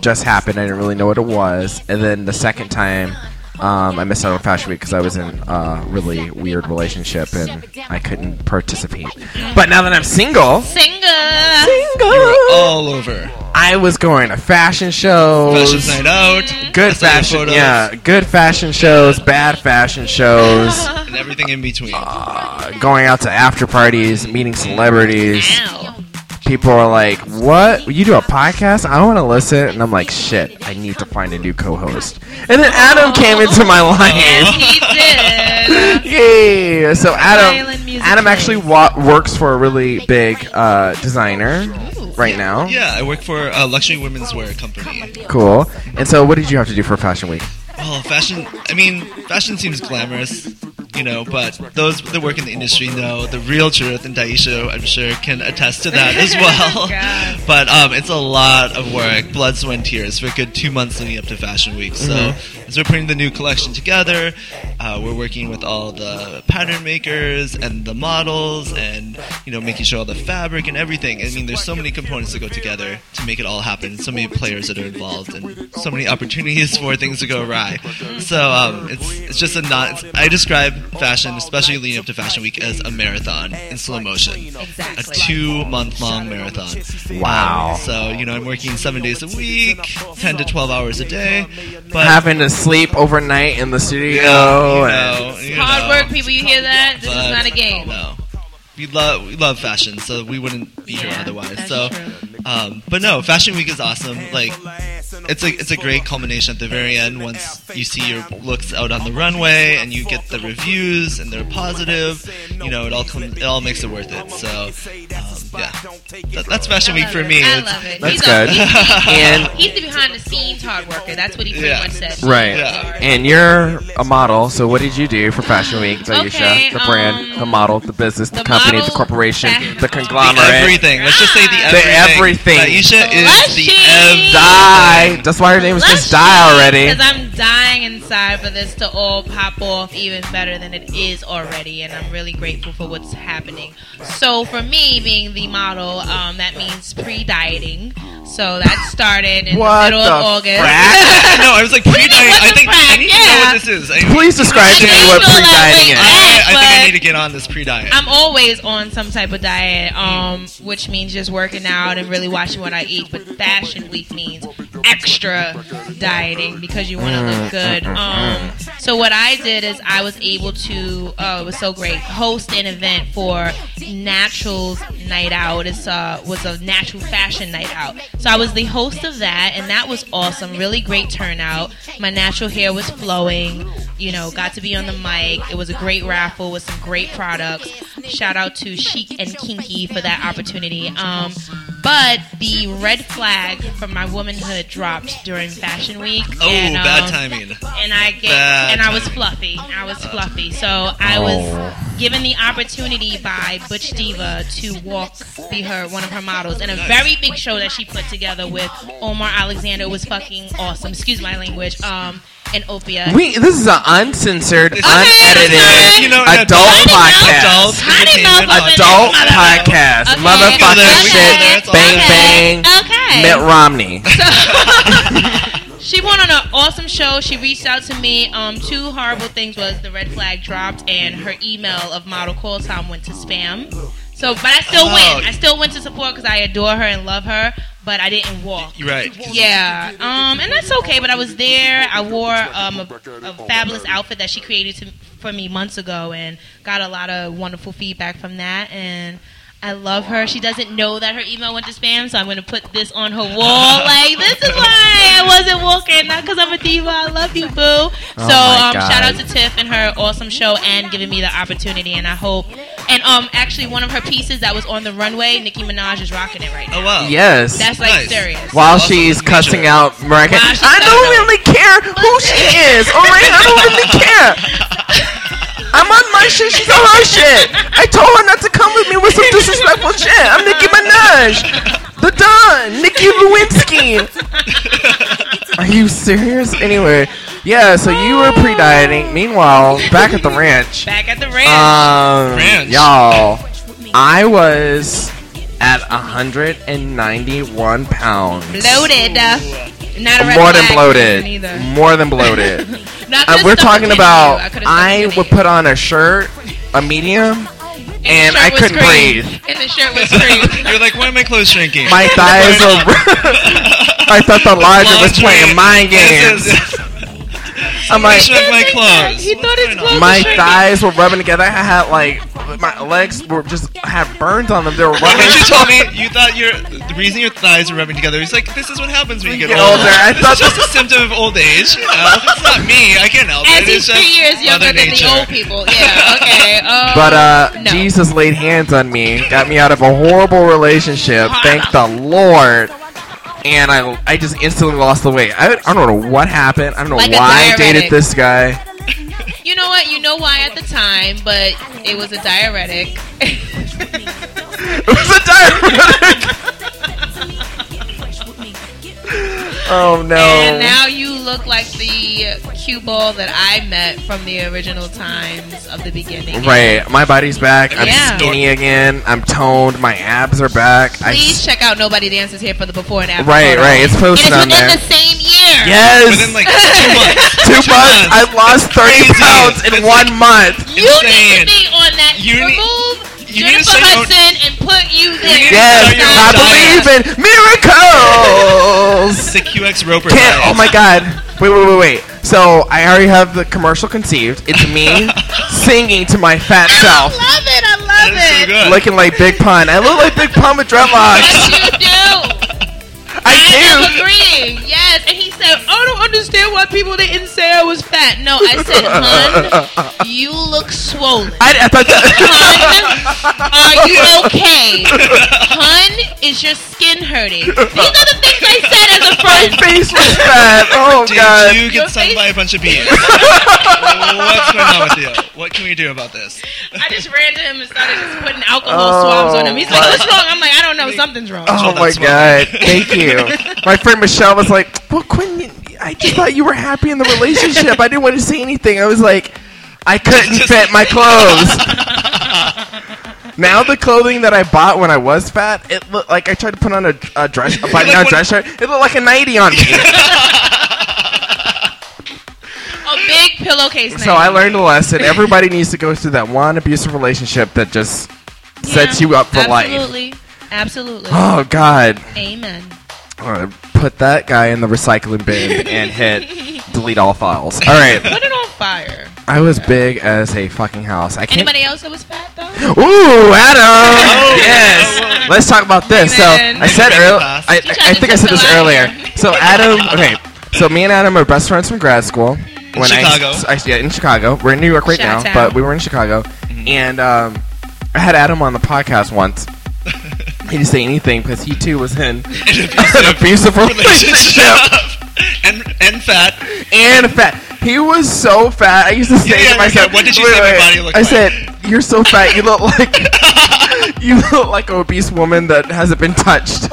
S1: just happened. I didn't really know what it was, and then the second time. Um, I missed out on Fashion Week because I was in a really weird relationship and I couldn't participate. But now that I'm single,
S2: Single.
S3: all over
S1: I was going to fashion shows,
S3: fashion night out, I
S1: good
S3: saw your
S1: fashion,
S3: photos,
S1: yeah, good fashion shows, bad fashion shows,
S3: and everything in between.
S1: going out to after parties, meeting celebrities.
S2: Ow.
S1: People are like, "What? You do a podcast? I want to listen." And I'm like, "Shit, I need to find a new co-host." And then Adam came into my life.
S2: He Oh. did.
S1: Yeah. So Adam,
S2: Island music
S1: Adam actually wa- works for a really big uh, designer right now.
S3: yeah, I work for a luxury women's wear company.
S1: Cool. And so, what did you have to do for Fashion Week?
S3: Oh, fashion. I mean, fashion seems glamorous, you know, but those that work in the industry know the real truth, and Daisha, I'm sure, can attest to that as
S2: Oh God.
S3: well. but um, it's a lot of work, blood, sweat, and tears for a good two months leading up to Fashion Week. So, as we're putting the new collection together, uh, we're working with all the pattern makers and the models, and you know, making sure all the fabric and everything. I mean, there's so many components that go together to make it all happen. So many players that are involved, and so many opportunities for things to go awry. So um, it's it's just a not. It's, I describe fashion, especially leading up to Fashion Week, as a marathon in slow motion, a
S2: Exactly.
S3: two month long marathon.
S1: Wow.
S3: Um, so you know, I'm working seven days a week, ten to twelve hours a day, but.
S1: having to sleep overnight in the studio.
S3: you know,
S1: and-
S3: you know,
S2: Hard work, people. You hear that? This is
S3: but
S2: not a game.
S3: No. We love we love fashion, so we wouldn't be here
S2: Yeah,
S3: otherwise.
S2: that's
S3: So,
S2: true.
S3: um, but no, Fashion Week is awesome. Like, it's a it's a great culmination at the very end once you see your looks out on the runway and you get the reviews and they're positive. You know, it all comes it all makes it worth it. So, um, yeah, That- that's Fashion Week for me.
S2: I
S3: It's-
S2: love it.
S1: That's
S2: he's
S1: good.
S2: A, he's, the-
S1: And-
S2: he's the behind the scenes hard worker. That's what he pretty
S3: Yeah.
S2: much said.
S1: Right.
S3: Yeah.
S1: And you're a model, so what did you do for Fashion Week, Daisha?
S2: Okay,
S1: the brand,
S2: um,
S1: the model, the business, the,
S2: the
S1: company, the
S2: model,
S1: corporation,
S2: fashion-
S1: the
S3: The
S1: conglomerate.
S3: everything. Let's just say the
S2: The
S3: everything.
S1: everything.
S3: Aisha is the
S2: Blushy.
S3: everything.
S1: Die. That's why her name is just Die
S2: Because
S1: already.
S2: I'm dying inside for this to all pop off even better than it is already, and I'm really grateful for what's happening. So for me, being the model, um, that means pre-dieting. So that started in the
S1: What
S2: middle of
S1: the
S2: August.
S1: frack?
S3: no, I was like pre-diet.
S2: what
S3: I
S2: the
S3: think I
S2: frack?
S3: need to know
S2: Yeah.
S3: what this is. I,
S1: Please describe to
S2: I
S1: me
S2: may
S1: what
S2: feel that way
S1: pre-dieting is.
S2: now.
S3: I, I think I
S2: But-
S3: need to get on this pre-diet.
S2: I'm always on some type of diet, um, which means just working out and really watching what I eat. But fashion week means extra dieting because you want to look good. Um, so what I did is I was able to, uh, it was so great, host an event for Naturals Night Out. It's uh, was a natural fashion night out. So I was the host of that, and that was awesome. Really great turnout. My natural hair was flowing. You know, got to be on the mic. It was a great raffle with some great products. Shout out to Chic and Kinky for that opportunity. Um, but the red flag from my womanhood dropped during Fashion Week.
S3: oh,
S2: and, um,
S3: bad timing.
S2: and I get
S3: Bad
S2: and I was
S3: timing.
S2: fluffy. I was fluffy. So I
S3: Oh.
S2: was given the opportunity by Butch Diva to walk be her one of her models in a very big show that she put together with Omar Alexander It was fucking awesome. Excuse my language. Um and Opia.
S1: We, this is an uncensored,
S3: Okay,
S1: unedited,
S2: fine.
S3: You know, an
S1: adult
S3: adult-
S1: podcast.
S3: Adult
S2: Tiny mouth
S3: entertainment.
S2: open
S1: Adult
S2: mother-
S1: podcast.
S2: Okay.
S1: Motherfucking
S3: We go
S1: shit.
S3: there, that's all.
S1: Bang,
S2: Okay.
S1: bang.
S2: Okay.
S1: Mitt Romney.
S2: She went on an awesome show. She reached out to me. Um, two horrible things was the red flag dropped and her email of model call time went to spam. So, but I
S1: Oh.
S2: still went. I still went to support because I adore her and love her. But I didn't walk.
S3: You're right.
S2: Yeah, um, and that's okay. But I was there. I wore um, a, a fabulous outfit that she created to, for me months ago, and got a lot of wonderful feedback from that. And I love her. She doesn't know that her email went to spam, so I'm gonna put this on her wall. Like this is why I wasn't walking, not because I'm a diva. I love you, boo. so
S1: Oh my
S2: um,
S1: God.
S2: shout out to Tiff and her awesome show and giving me the opportunity. And I hope. And um, actually, one of her pieces that was on the runway, Nicki Minaj is rocking it right now.
S3: Oh wow.
S1: Yes.
S2: That's like
S3: Nice.
S2: serious.
S1: While
S3: Awesome
S1: she's
S3: feature.
S1: cussing out Mariah Carey.
S2: Wow, she's so
S1: I don't
S2: dope.
S1: really care who she is, alright? I don't really care. I'm on my shit, she's on her shit. I told her not to come with me with some disrespectful shit. I'm Nicki Minaj. The Don, Nikki Lewinsky. Are you serious? Anyway, yeah. So you were pre-dieting. Meanwhile, back at the ranch,
S2: Back at the ranch.
S1: um,
S3: Ranch.
S1: y'all, I was at 191 pounds.
S2: bloated. Uh, Not a red
S1: More than
S2: flag
S1: bloated.
S2: Neither.
S1: More than bloated.
S2: No, I
S1: Uh,
S2: could've
S1: we're
S2: stuck
S1: talking
S2: it in
S1: about
S2: you. could've stuck it
S1: I
S2: in
S1: would
S2: you.
S1: put on a shirt, a medium, and
S2: the shirt
S1: I
S2: was
S1: couldn't
S2: cream.
S1: breathe.
S2: And the shirt was cream.
S3: You're like, why are my clothes shrinking?
S1: My thighs are. I thought the larger was
S3: Laundry.
S1: playing mind
S3: This
S1: games.
S3: is-
S1: I'm like,
S3: shrunk my clothes.
S2: He thought his clothes
S1: my
S2: were shrinking.
S1: thighs were rubbing together. I had like my legs were just had burns on them. They were rubbing.
S3: When you told me you thought your the reason your thighs were rubbing together is like this is what happens when you get,
S1: get older. I
S3: This
S1: thought
S3: is just a symptom of old age. You know? It's not me. I can't help
S2: As
S3: it. It's
S2: he's
S3: just
S2: three years younger
S3: Mother
S2: than
S3: nature.
S2: the old people. Yeah, okay. Um,
S1: But uh,
S2: no.
S1: Jesus laid hands on me, got me out of a horrible relationship. Thank the Lord. And I, I just instantly lost the weight. I, I don't know what happened. I don't know
S2: Like a
S1: why I dated
S2: diuretic.
S1: this guy.
S2: You know what? You know why at the time, but it was a diuretic.
S1: It was a diuretic. oh no.
S2: And now you look like the cue ball that I met from the original times of the beginning.
S1: Right, my body's back. I'm
S2: Yeah.
S1: skinny again. I'm toned. My abs are back. I
S2: Please check out Nobody Dances Here for the before and after.
S1: Right,
S2: photo.
S1: right. It's
S2: It is
S1: posted
S2: within
S1: on there.
S2: the same year.
S1: Yes.
S3: Within like two months.
S1: two months, I lost thirty
S3: crazy.
S1: pounds in
S3: It's
S1: one
S3: like-
S1: month.
S2: You need to
S3: Insane.
S2: be on that.
S3: You need-
S2: Remove
S3: you need to
S2: Jennifer
S3: say no-
S2: Hudson and put you there.
S3: need to
S1: Yes,
S3: So you're
S1: I
S3: on
S1: believe in miracles.
S3: The QX Roper.
S1: Can't.
S3: diet.
S1: Oh my God. Wait, wait, wait, wait. So I already have the commercial conceived. It's me singing to my fat
S2: I
S1: self,
S2: love it. I
S3: That
S2: love
S3: is so
S2: it.
S3: good.
S1: looking like Big Pun. I look like Big Pun with dreadlocks.
S2: Yes, you do. I'm
S1: I do.
S2: agreeing. Yes, and he said, "I don't understand why people didn't say I was fat." No, I said, "Hun, you look swollen."
S1: I, I thought that.
S2: Hun, are you okay? Hun, is your skin hurting? These are the things I said as a
S1: My
S2: friend.
S1: face was fat. Oh
S3: Did
S1: God.
S3: you
S2: Your
S3: get stung
S2: face-
S3: by a bunch of bees? What's going on with you? What can we do about this?
S2: I just ran to him and started just putting alcohol
S1: Oh,
S2: swabs on him. He's like,
S1: my-
S2: "What's wrong?" I'm like, "I don't know. Something's wrong."
S1: Oh
S3: Well,
S1: my
S3: that's
S1: god!
S3: fine.
S1: Thank you. My friend Michelle was like, "Well, Quinn, I just thought you were happy in the relationship. I didn't want to say anything. I was like, I couldn't fit my clothes." Now the clothing that I bought when I was fat, it looked like I tried to put on a, a dress, a button down
S3: Like
S1: dress shirt. It looked like a nighty on me.
S2: A big pillowcase.
S1: so I learned a lesson. Everybody needs to go through that one abusive relationship that just sets you up for life.
S2: absolutely. Absolutely. Absolutely.
S1: Oh God.
S2: Amen.
S1: Uh, put that guy in the recycling bin and hit delete all files. All right.
S2: Put it on fire.
S1: I was big as a fucking house. I can't.
S2: Anybody else that was fat though?
S1: Ooh, Adam.
S3: Oh,
S1: yes.
S2: yeah.
S1: Let's talk about this. So
S2: Man.
S1: I said
S3: Make it
S1: earlier.
S3: fast.
S1: I,
S2: She tried
S1: I
S2: to
S1: think I said this
S2: tiptoe out
S1: earlier.
S2: of here.
S1: So Adam. Okay. So me and Adam are best friends from grad school. When
S3: Chicago.
S1: I, I, yeah, in Chicago. We're in New York right now,
S2: Chi-town.
S1: but we were in Chicago, and um, I had Adam on the podcast once. He didn't say anything because he too was in an abusive relationship.
S3: and and fat.
S1: and fat. He was so fat. I used to say
S3: Yeah, yeah,
S1: to myself,
S3: okay, what did you say my body looked
S1: I
S3: like?
S1: said, "You're so fat. You look like you look like an obese woman that hasn't been touched."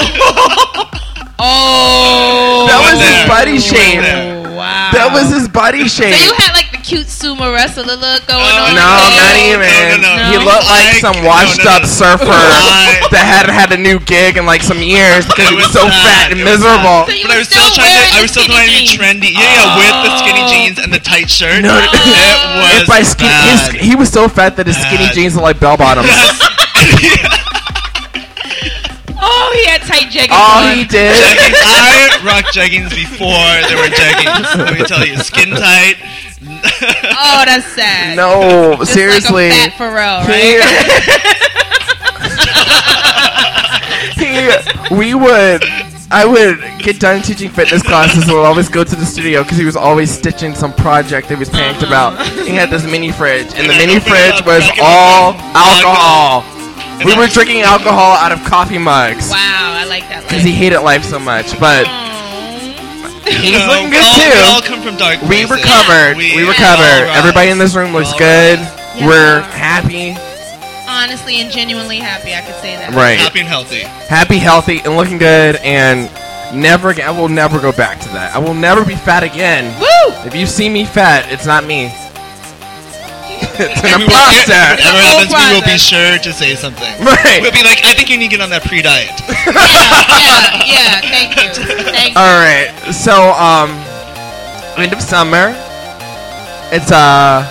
S2: Oh,
S1: That was
S3: went
S1: his
S3: there.
S1: body
S3: Went
S1: shame.
S3: there.
S2: Wow.
S1: That was his body
S2: So you
S1: shape.
S2: had like the cute sumo wrestler look going
S3: Oh,
S1: No,
S2: on.
S1: not
S3: no,
S1: even.
S3: no,
S2: no.
S1: He looked like
S3: Like-
S1: some
S3: no,
S1: washed
S3: no,
S1: up
S3: no.
S1: surfer
S3: Why?
S1: that hadn't had a new gig in like some years because he
S3: It
S1: was
S3: was
S1: so
S3: bad.
S1: fat and
S3: It was bad.
S1: miserable.
S2: So you
S3: but I
S2: were
S3: was still,
S2: still wearing
S3: trying to. I
S2: the
S3: was still
S2: skinny
S3: trying to be
S2: jeans.
S3: trendy. Yeah, yeah, with the skinny
S2: Oh.
S3: jeans and the tight shirt.
S1: No, no.
S3: it was
S1: If I skin,
S3: bad.
S1: his, he was so fat that his skinny
S3: Bad.
S1: jeans look like bell bottoms.
S2: Oh, he had tight jeggings
S1: All
S2: on.
S1: Oh, he did
S3: jeggings. I rocked jeggings before there were jeggings. Let me tell you, skin tight.
S2: Oh, that's sad.
S1: No,
S2: Just
S1: seriously.
S2: Like a fat Pharrell,
S1: he,
S2: right?
S1: he- we would. I would get done teaching fitness classes and would always go to the studio because he was always stitching some project that he was panicked about.
S2: Uh-huh.
S1: He had this mini fridge, and the
S3: And I
S1: mini
S3: opened it
S1: fridge
S3: up,
S1: was
S3: crack it
S1: all
S3: open,
S1: alcohol.
S3: And
S1: We
S3: I-
S1: were drinking alcohol out of coffee mugs
S2: Wow, I like that. Mm,
S1: because he hated life so much. But
S2: Aw.
S1: he's
S3: you know,
S1: looking
S3: we
S1: good
S3: all, We all
S1: too.
S3: come from dark
S1: We
S3: places.
S1: recovered.
S3: We-
S1: We recovered.
S3: all rise.
S1: Everybody in this room looks
S3: All
S1: good.
S3: rise.
S2: Yeah.
S1: We're happy.
S2: honestly and genuinely happy. I could say that.
S1: Right.
S3: Happy and healthy.
S1: Happy, healthy, and looking good, and never again. I will never go back to that. I will never be fat again.
S2: Woo!
S1: If you see me fat, it's not me. it's an
S3: We will get-
S1: imposter.
S3: Whatever
S2: The whole
S3: happens, we will be
S2: process.
S3: sure to say something.
S1: Right.
S3: We'll be like, I think you need to get on that pre diet.
S2: Yeah, yeah, yeah. Thank you. Thank you.
S1: All right. So, um, end of summer. It's uh,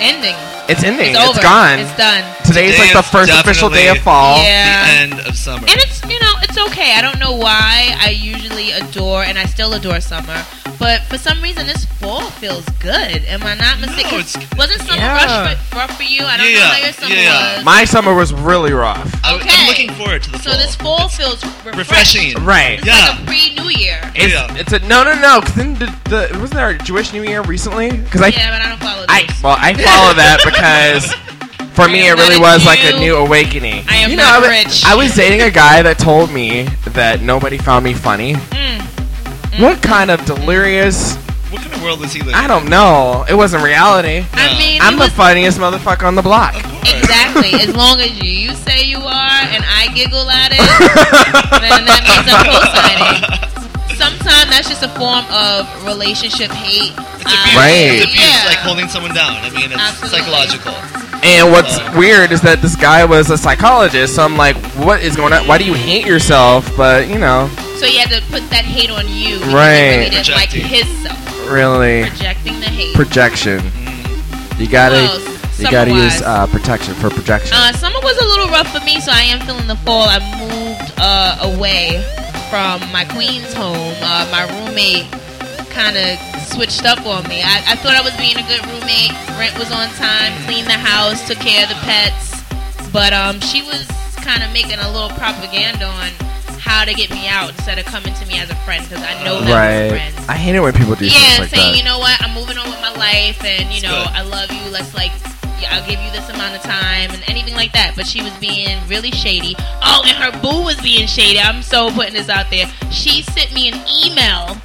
S2: Ending.
S1: it's ending.
S2: It's over.
S1: Uh, it's gone.
S2: It's done.
S1: Today's
S3: Today
S1: like the
S3: is
S1: first official day of
S3: definitely-
S1: fall.
S2: Yeah.
S3: The end of summer.
S2: And it's you know it's okay. I don't know why I usually adore and I still adore summer, but for some reason this fall feels good. Am I not mistaken?
S3: No, it's-
S2: Wasn't summer
S1: Yeah.
S2: rush for, rough for you? I don't know
S3: Yeah,
S2: how your summer
S3: yeah.
S2: was.
S1: My summer was really rough.
S3: I,
S2: okay.
S3: am looking forward to the
S2: so
S3: fall.
S2: this fall feels refreshed.
S3: Refreshing.
S1: Right.
S2: It's
S3: Yeah.
S2: like a pre-New Year.
S1: It's,
S3: Yeah.
S1: it's a no, no, no. Cause then the, the wasn't there a Jewish New Year recently? Because I,
S2: yeah, but I don't follow this.
S1: I, well, I follow that because for me
S2: I
S1: it
S2: am
S1: really
S2: not
S1: was
S2: a
S1: like a
S2: Jew.
S1: new awakening.
S2: I am
S1: you know,
S2: not
S1: I was,
S2: rich.
S1: I was dating a guy that told me that nobody found me funny.
S2: Mm.
S1: What kind of delirious?
S3: What kind of world is he living?
S1: I don't know. It wasn't reality.
S2: I
S3: No.
S2: mean,
S1: I'm
S2: it
S1: the
S2: was,
S1: funniest motherfucker on the block.
S3: Of course.
S2: exactly. as long as you you say you are and I giggle at it. then that means I'm co-signing. Sometimes that's just a form of relationship hate. Um,
S3: It's abuse.
S1: Right.
S3: It's abuse,
S2: Yeah.
S3: like holding someone down. I mean, it's
S2: Absolutely.
S3: psychological.
S1: And what's weird is that this guy was a psychologist. So I'm like, what is going on? Why do you hate yourself? But you know,
S2: So you had to put that hate on you. because you
S1: Right.
S2: Really didn't like
S3: Projecting.
S2: his self.
S1: really.
S2: Projecting the hate.
S1: projection. You gotta
S2: Well,
S1: you gotta
S2: summer-wise.
S1: use uh, protection for projection.
S2: uh, summer was a little rough for me, so I am feeling the fall. I moved uh, away from my Queens home. Uh, my roommate kind of switched up on me. I, I thought I was being a good roommate. Rent was on time, cleaned the house, took care of the pets. But um, she was kind of making a little propaganda on how to get me out instead of coming to me as a friend because I know that was
S1: right.
S2: friends.
S1: I hate it when people do
S2: yeah,
S1: things like
S2: saying
S1: that.
S2: you know what, I'm moving on with my life, and you know
S3: good.
S2: I love you. Let's like, yeah, I'll give you this amount of time, and anything like that. But she was being really shady. Oh, and her boo was being shady. I'm so putting this out there. She sent me an email.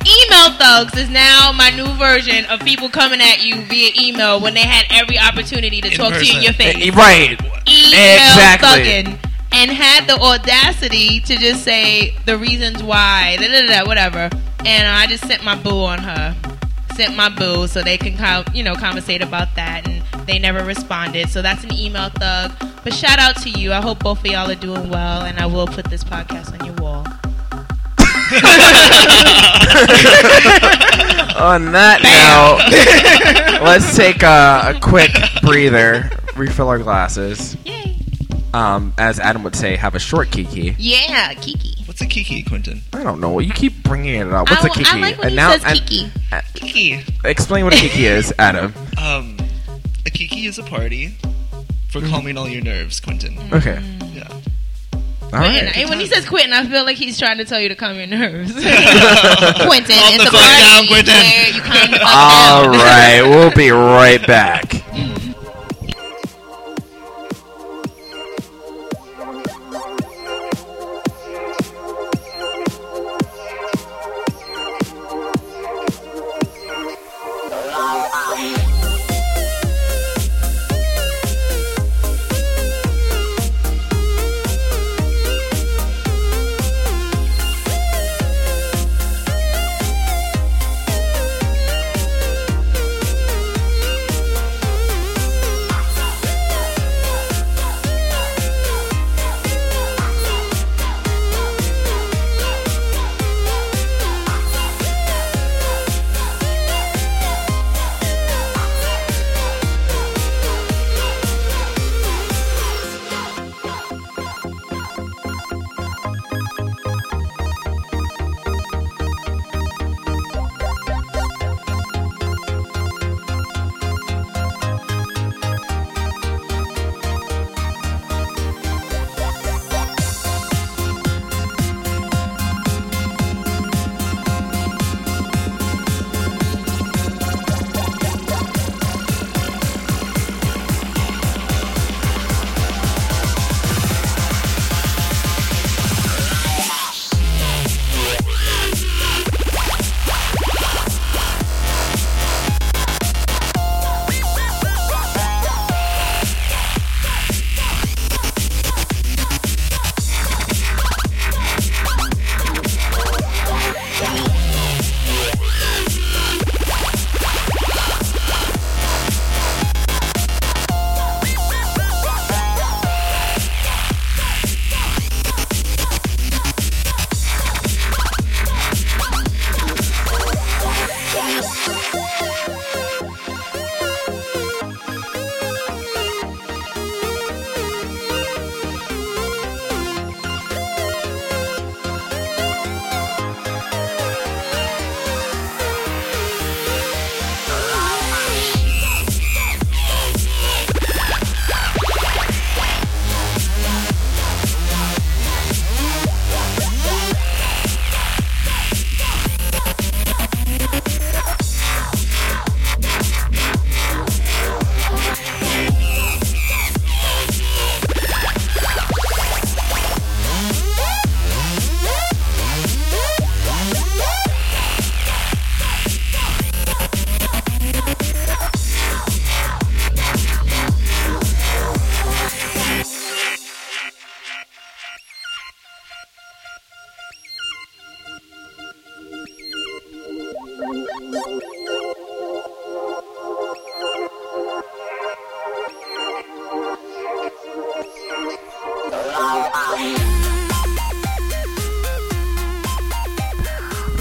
S2: Email thugs is now my new version of people coming at you via email when they had every opportunity to
S3: In
S2: talk to you in
S3: person.
S2: your face
S1: Eh, right.
S2: email
S1: Exactly.
S2: thugging and had the audacity to just say the reasons why, da, da, da, da, whatever. And I just sent my boo on her. Sent my boo so they can, com- you know, conversate about that. And they never responded. So that's an email thug. But shout out to you. I hope both of y'all are doing well. And I will put this podcast on your wall.
S1: On that note, let's take a, a quick breather, refill our glasses.
S2: Yay.
S1: Um, as Adam would say, have a short kiki.
S2: Yeah, Kiki.
S3: What's a kiki, Quentin?
S1: I don't know. You keep bringing it up. What's
S2: I,
S1: a kiki?
S2: I like when
S1: and
S2: he
S1: now
S2: says
S1: I'm-
S2: Kiki.
S3: Kiki.
S1: explain what a kiki is, Adam.
S3: Um, a kiki is a party for
S1: Mm-hmm.
S3: calming all your nerves, Quentin.
S1: Okay.
S3: Yeah.
S2: Mm.
S1: All
S2: Quentin.
S1: right.
S2: And when he says Quentin, I feel like he's trying to tell you to calm your nerves. Quentin,
S3: Calm
S2: it's
S3: the
S2: a
S3: fuck
S2: party
S3: down, Quentin.
S2: where you calm the fuck
S1: All
S2: down.
S1: right. We'll be right back.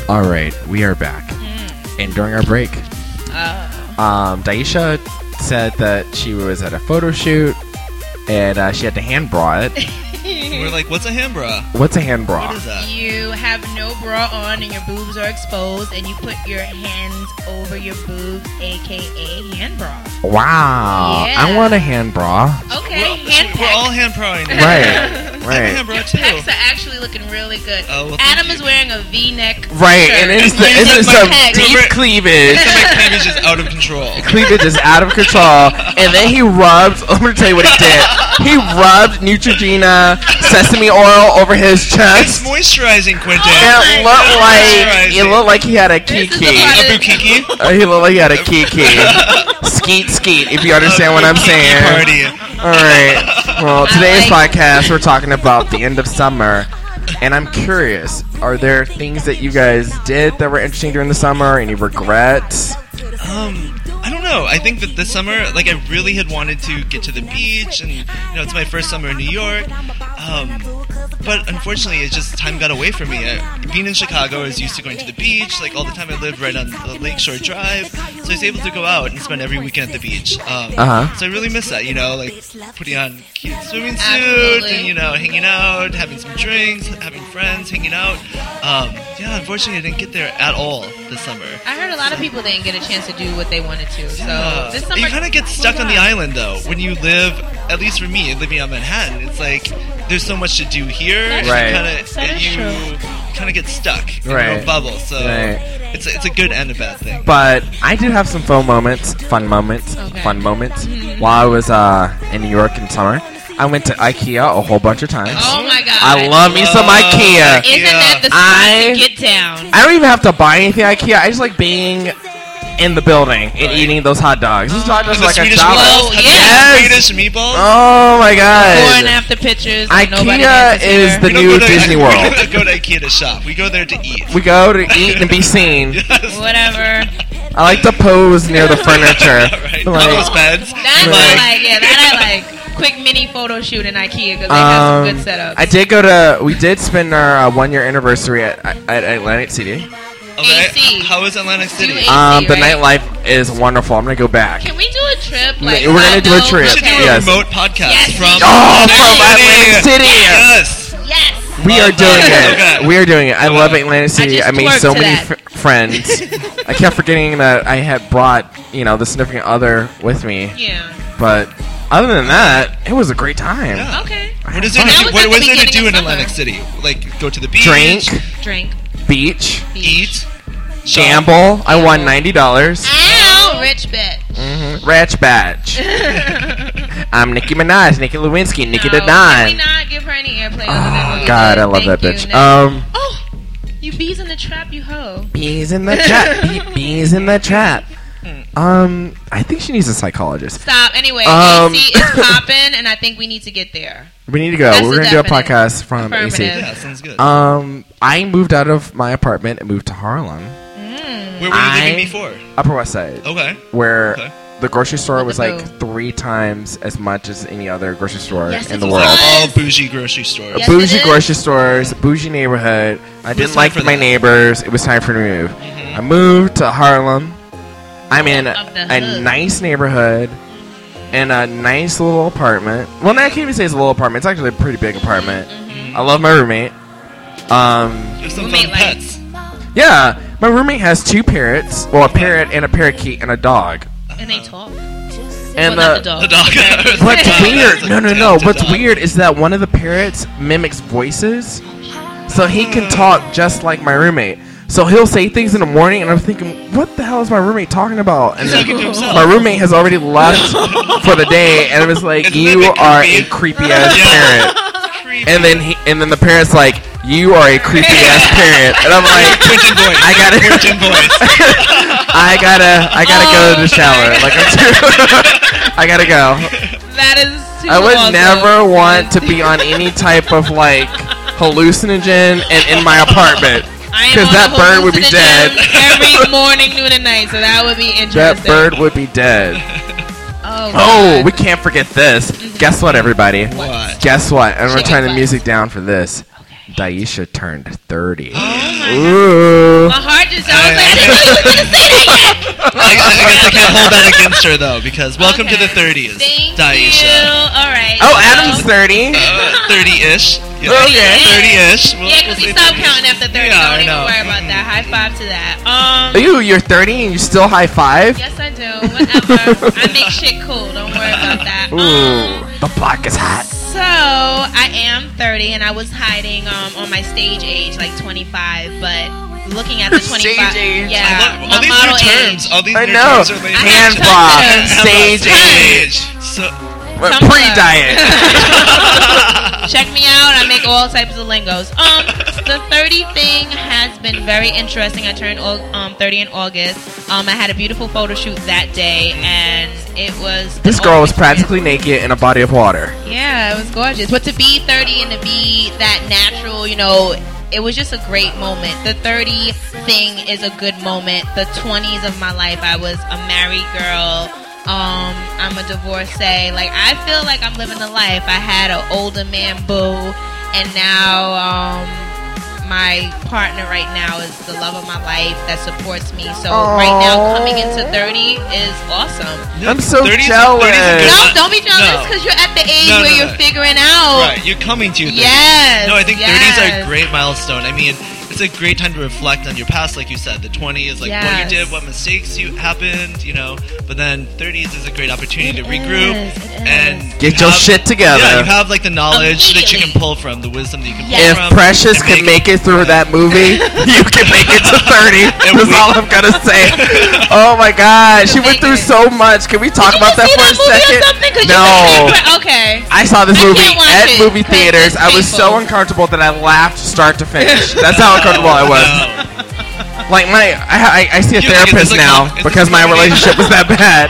S1: All right, we are back.
S3: Mm-hmm.
S1: And during our break, um, Daisha said that she was at a photo shoot and uh, she had to hand bra it. Uh,
S3: We're like, what's a hand bra?
S1: What's a hand bra?
S3: What is that?
S2: You have no bra on and your boobs are exposed, and you put your hands over your boobs, aka hand bra.
S1: Wow. I
S2: Yeah.
S1: want a hand bra.
S2: Okay,
S3: We're-
S2: hand
S3: We're all
S2: pack.
S3: hand prawing.
S1: Right.
S3: I'm a
S1: Right.
S3: hand bra
S2: Pecs are
S3: too.
S2: actually looking really good.
S3: Oh, well, thank
S2: Adam
S3: you.
S2: is wearing a V-neck.
S1: Right,
S2: shirt.
S1: and it's, the,
S2: Using
S1: it's
S3: my
S1: some
S2: pecs.
S1: deep cleavage.
S3: So my cleavage is out of control.
S1: cleavage is out of control. And then he rubs. I'm gonna tell you what he did. He rubbed Neutrogena sesame oil over his
S3: It's
S1: chest.
S3: moisturizing, Quentin.
S2: Yeah.
S1: It looked like it looked like he had a
S2: This is the
S1: kiki.
S2: part
S1: Uh,
S3: A bukiki.
S1: He looked like he had a kiki. Skeet skeet. If you understand what I'm
S3: Bukiki
S1: saying.
S3: Party.
S1: All right. Well,
S2: I
S1: today's
S2: like-
S1: podcast we're talking about the end of summer, and I'm curious: Are there things that you guys did that were interesting during the summer? Any regrets?
S3: Um, I don't know. I think that this summer, like, I really had wanted to get to the beach, and you know, it's my first summer in New York. Um, but unfortunately, it's just time got away from me. I, being in Chicago, I was used to going to the beach like all the time. I lived right on the Lakeshore Drive, so I was able to go out and spend every weekend at the beach. Um,
S1: Uh-huh.
S3: So I really miss that, you know, like putting on cute swimming suit
S2: Absolutely.
S3: and you know, hanging out, having some drinks, having friends, hanging out. Um, yeah, unfortunately, I didn't get there at all this summer.
S2: I heard a lot of people didn't get a chance to do what they wanted to. So
S3: Uh,
S2: this
S3: you
S2: summer,
S3: kind of
S1: Oh
S3: get stuck on the island though when you live. At least for me, living on Manhattan, it's like there's so much to do here.
S1: Right.
S2: That is
S3: You
S2: true.
S3: kind of get stuck in your
S1: Right.
S3: own bubble. So
S1: Right.
S3: it's a, it's a good and a bad thing.
S1: But I did have some fun moments, fun moments,
S2: Okay. Mm-hmm.
S1: fun moments while I was uh, in New York in summer. I went to IKEA a whole bunch of times.
S2: oh my god,
S1: I love me some
S3: Oh,
S1: IKEA.
S3: Ikea.
S2: Isn't that the spot
S1: I-
S2: to get down?
S1: I don't even have to buy anything IKEA. I just like being in the building and
S3: Right.
S1: eating those hot dogs. Those hot dogs
S3: And
S1: are
S3: the
S1: like a
S3: Swedish
S1: dollar.
S2: meatballs.
S3: meatballs. Have you
S1: Yes.
S3: had Swedish meatballs.
S1: Oh my
S2: Before and
S1: god!
S2: after pictures. that nobody
S1: IKEA
S2: has to
S1: is
S2: hear.
S1: the
S3: We don't
S1: new
S3: go to-
S1: Disney
S3: We
S1: World.
S3: don't go to IKEA to shop. We go there to eat.
S1: We go to eat and be seen.
S3: Yes.
S2: whatever.
S1: I like to pose near the furniture.
S3: right. Those
S1: Like,
S2: That's
S3: beds.
S1: Right.
S2: what I like. Yeah, that I like. Quick mini photo shoot in IKEA because they have some
S1: Um,
S2: good setups.
S1: I did go to. We did spend our uh, one year anniversary at, at Atlantic City.
S3: Okay.
S2: AC.
S3: How is Atlantic City?
S2: Do AC,
S1: Um, the
S2: right?
S1: nightlife is wonderful. I'm gonna go back.
S2: Can we do a trip? Like
S1: we're gonna
S2: hot
S1: do a
S2: dog?
S1: trip.
S3: We should do a
S2: Okay.
S1: Yes.
S3: remote podcast
S2: Yes.
S3: from
S1: Oh,
S3: Atlantic
S1: from Atlantic City.
S3: Yes.
S2: Yes.
S1: We are doing
S3: Okay.
S1: it. We are doing it. I love Atlantic City.
S2: just
S1: I, made
S2: twerked
S1: so
S2: to
S1: many
S2: that.
S1: f- friends. I kept forgetting that I had brought, you know, the significant other with me.
S2: Yeah.
S1: But other than that, it was a great time.
S3: Yeah.
S2: Okay.
S3: What is
S1: That
S3: there to,
S2: was
S3: what,
S2: at
S3: what
S2: the
S3: is there to
S2: beginning
S3: do
S2: of
S3: in
S2: summer.
S3: Atlantic City? Like go to the beach,
S1: Drink,
S2: Drink.
S1: beach,
S3: eat, shop.
S1: gamble. I won ninety dollars.
S2: Ow, rich bitch.
S1: Mm-hmm. Ratch batch. I'm Nicki Minaj, Nicki Lewinsky, Nicki
S2: No,
S1: the
S2: Can we
S1: Don.
S2: not give her any airplay? other than what
S1: Oh,
S2: we
S1: God,
S2: did?
S1: I love
S2: Thank
S1: that
S2: you,
S1: bitch.
S2: Nick.
S1: Um,
S2: oh, you bees in the trap, you hoe.
S1: bees in the trap. Bee- bees in the trap. Um, I think she needs a psychologist.
S2: Stop. Anyway,
S1: Um,
S2: AC is popping, and I think we need to get there.
S1: We need to go.
S2: That's
S1: We're
S2: a
S1: gonna do a
S2: definite.
S1: podcast from AC.
S2: Affirmative.
S3: Yeah, sounds good.
S1: Um, I moved out of my apartment and moved to Harlem,
S3: Where were you
S1: I-
S3: living before?
S1: Upper West Side,
S3: Okay.
S1: where
S3: Oh, Okay.
S1: the grocery store
S2: With
S1: was
S2: the
S1: like
S2: boo.
S1: three times as much as any other grocery store
S2: Yes,
S1: in
S2: it
S1: the
S2: was.
S1: world.
S2: Yes.
S3: All bougie grocery stores.
S2: Yes. it
S1: bougie
S2: is.
S1: grocery stores, bougie neighborhood. I didn't
S3: time
S1: like
S3: for
S1: my
S3: that. Mm-hmm.
S1: neighbors. It was time for me to move. I moved to Harlem. I'm in
S2: Of the
S1: a
S2: hood.
S1: nice neighborhood in a nice little apartment. Well, now I can't even say it's a little apartment. It's actually a pretty big apartment.
S2: Mm-hmm.
S1: I love my roommate. Um,
S3: There's some
S2: Roommate
S3: fun
S2: life.
S3: pets.
S1: yeah, my roommate has two parrots. Well, a parrot and a parakeet and a dog.
S2: And they talk.
S1: And
S2: well,
S1: the,
S2: not
S3: The
S2: the dog.
S3: dog.
S1: what's
S3: The dog.
S1: weird?
S3: That's
S1: No, no,
S3: a-
S1: no.
S3: that's a
S1: What's
S3: dog.
S1: weird is that one of the parrots mimics voices, so he can talk just like my roommate. So he'll say things in the morning, and I'm thinking, what the hell is my roommate talking about? And
S3: He's talking to himself.
S1: my roommate has already left for the day, and it was like,
S3: Isn't
S1: you
S3: that
S1: are a
S3: creepy?"
S1: creepy ass
S3: Yeah.
S1: parrot.
S3: Creepy.
S1: And then he, and then the parrot's like, you are a creepy ass parrot, and I'm like.
S3: Quentin voice.
S1: I got it.
S3: Quentin voice. Oh,
S1: I gotta, I gotta go to the shower. Like I'm too, I gotta go.
S2: That is too
S1: I would
S2: awesome.
S1: never want to be on any type of like hallucinogen and in my apartment.
S2: I am
S1: 'Cause
S2: on
S1: that
S2: the hook
S1: bird would be
S2: to the
S1: dead.
S2: gym every morning, noon, and night. So that would be
S1: That
S2: interesting.
S1: bird would be dead.
S2: Oh,
S1: Oh,
S2: God.
S1: we can't forget this. Guess what, everybody?
S3: What?
S1: Guess what? And we're
S2: Chicken
S1: turning the
S2: butt.
S1: music down for this. Daisha turned 30.
S2: My
S1: Ooh.
S2: heart just. I was like, I didn't know you was gonna say that yet.
S3: I, I guess I can't hold that against her though, because welcome to the
S2: Okay.
S3: 30s,
S2: Thank you.
S3: Daisha.
S2: All right.
S1: Oh,
S2: so-
S1: Adam's 30.
S3: Uh, 30-ish. Yeah,
S1: Okay.
S3: 30-ish. We'll,
S2: Yeah, because we
S3: we'll say
S2: stopped
S3: 30-ish.
S2: counting after 30.
S3: Yeah,
S2: Don't
S3: I
S2: even
S3: know.
S2: worry about that. High five to that. Um,
S1: You, you're 30 and you still high five?
S2: yes, I do. Whatever. I make shit cool. Don't worry about that. Um,
S1: Ooh, the block is hot.
S2: so I am 30, and I was hiding um, on my stage age, like 25. But looking at the 25,
S1: Stage age.
S2: yeah,
S3: I love-
S2: my
S3: all these
S2: model
S3: new terms.
S2: age.
S3: All these
S1: I
S3: new
S1: know.
S3: terms are
S2: I
S3: like
S2: have
S1: Hand block,
S2: tons of
S1: stage age,
S3: So,
S2: Tumblr.
S1: pre diet.
S2: Check me out. I make all types of lingos. Um, the 30 thing has been very interesting. I turned au- um 30 in August. Um, I had a beautiful photo shoot that day, and it was
S1: This
S2: an
S1: girl was
S2: awesome experience.
S1: practically naked in a body of water.
S2: Yeah, it was gorgeous. But to be 30 and to be that natural, you know, it was just a great moment. The 30 thing is a good moment. The 20s of my life, I was a married girl. Um, I'm a divorcee. Like, I feel like I'm living the life. I had an older man boo, and now, um, my partner right now is the love of my life that supports me. So right now, coming into 30 is awesome.
S1: I'm so
S3: 30s is-
S1: jealous.
S3: 30s is a good
S2: No,
S3: time.
S2: don't be jealous
S3: No.
S2: because you're at the age
S3: No,
S2: where
S3: no,
S2: you're
S3: no.
S2: figuring out.
S3: Right, you're coming to your 30s.
S2: Yes.
S3: No, I think 30s are a
S2: yes.
S3: great milestone. I mean, it's a great time to reflect on your past, like you said. The 20 is like what you
S2: Yes.
S3: did, what mistakes you happened, you know. But then 30s is a great opportunity
S2: It
S3: to regroup
S2: is, it is.
S3: and
S1: Get
S3: you
S1: your
S3: have-
S1: shit together.
S3: Yeah, you have like the knowledge that you
S2: Immediately.
S3: can pull from, the wisdom that you can
S2: Yes.
S3: pull
S1: If
S3: from.
S1: Precious
S3: and
S1: can make it through that movie, you can make it to 30. That's
S3: we-
S1: all I'm going to say. Oh my God. She went
S2: Can
S1: through
S2: make it.
S1: so much. Can we talk
S2: Did you
S1: about
S2: go
S1: that
S2: see
S1: for a
S2: movie
S1: second?
S2: Or something? 'Cause you
S1: No.
S2: said- okay.
S1: I saw this
S2: I
S1: movie
S2: can't watch
S1: at
S2: it,
S1: movie
S2: 'cause
S1: theaters.
S2: it's
S1: I was so
S2: painful.
S1: uncomfortable that I laughed start to finish. That's how uncomfortable I was.
S3: No.
S1: Like my, I, I, I see a
S3: You think it's
S1: therapist
S3: a
S1: now
S3: com- it's a
S1: because my
S3: comedy.
S1: relationship was that bad.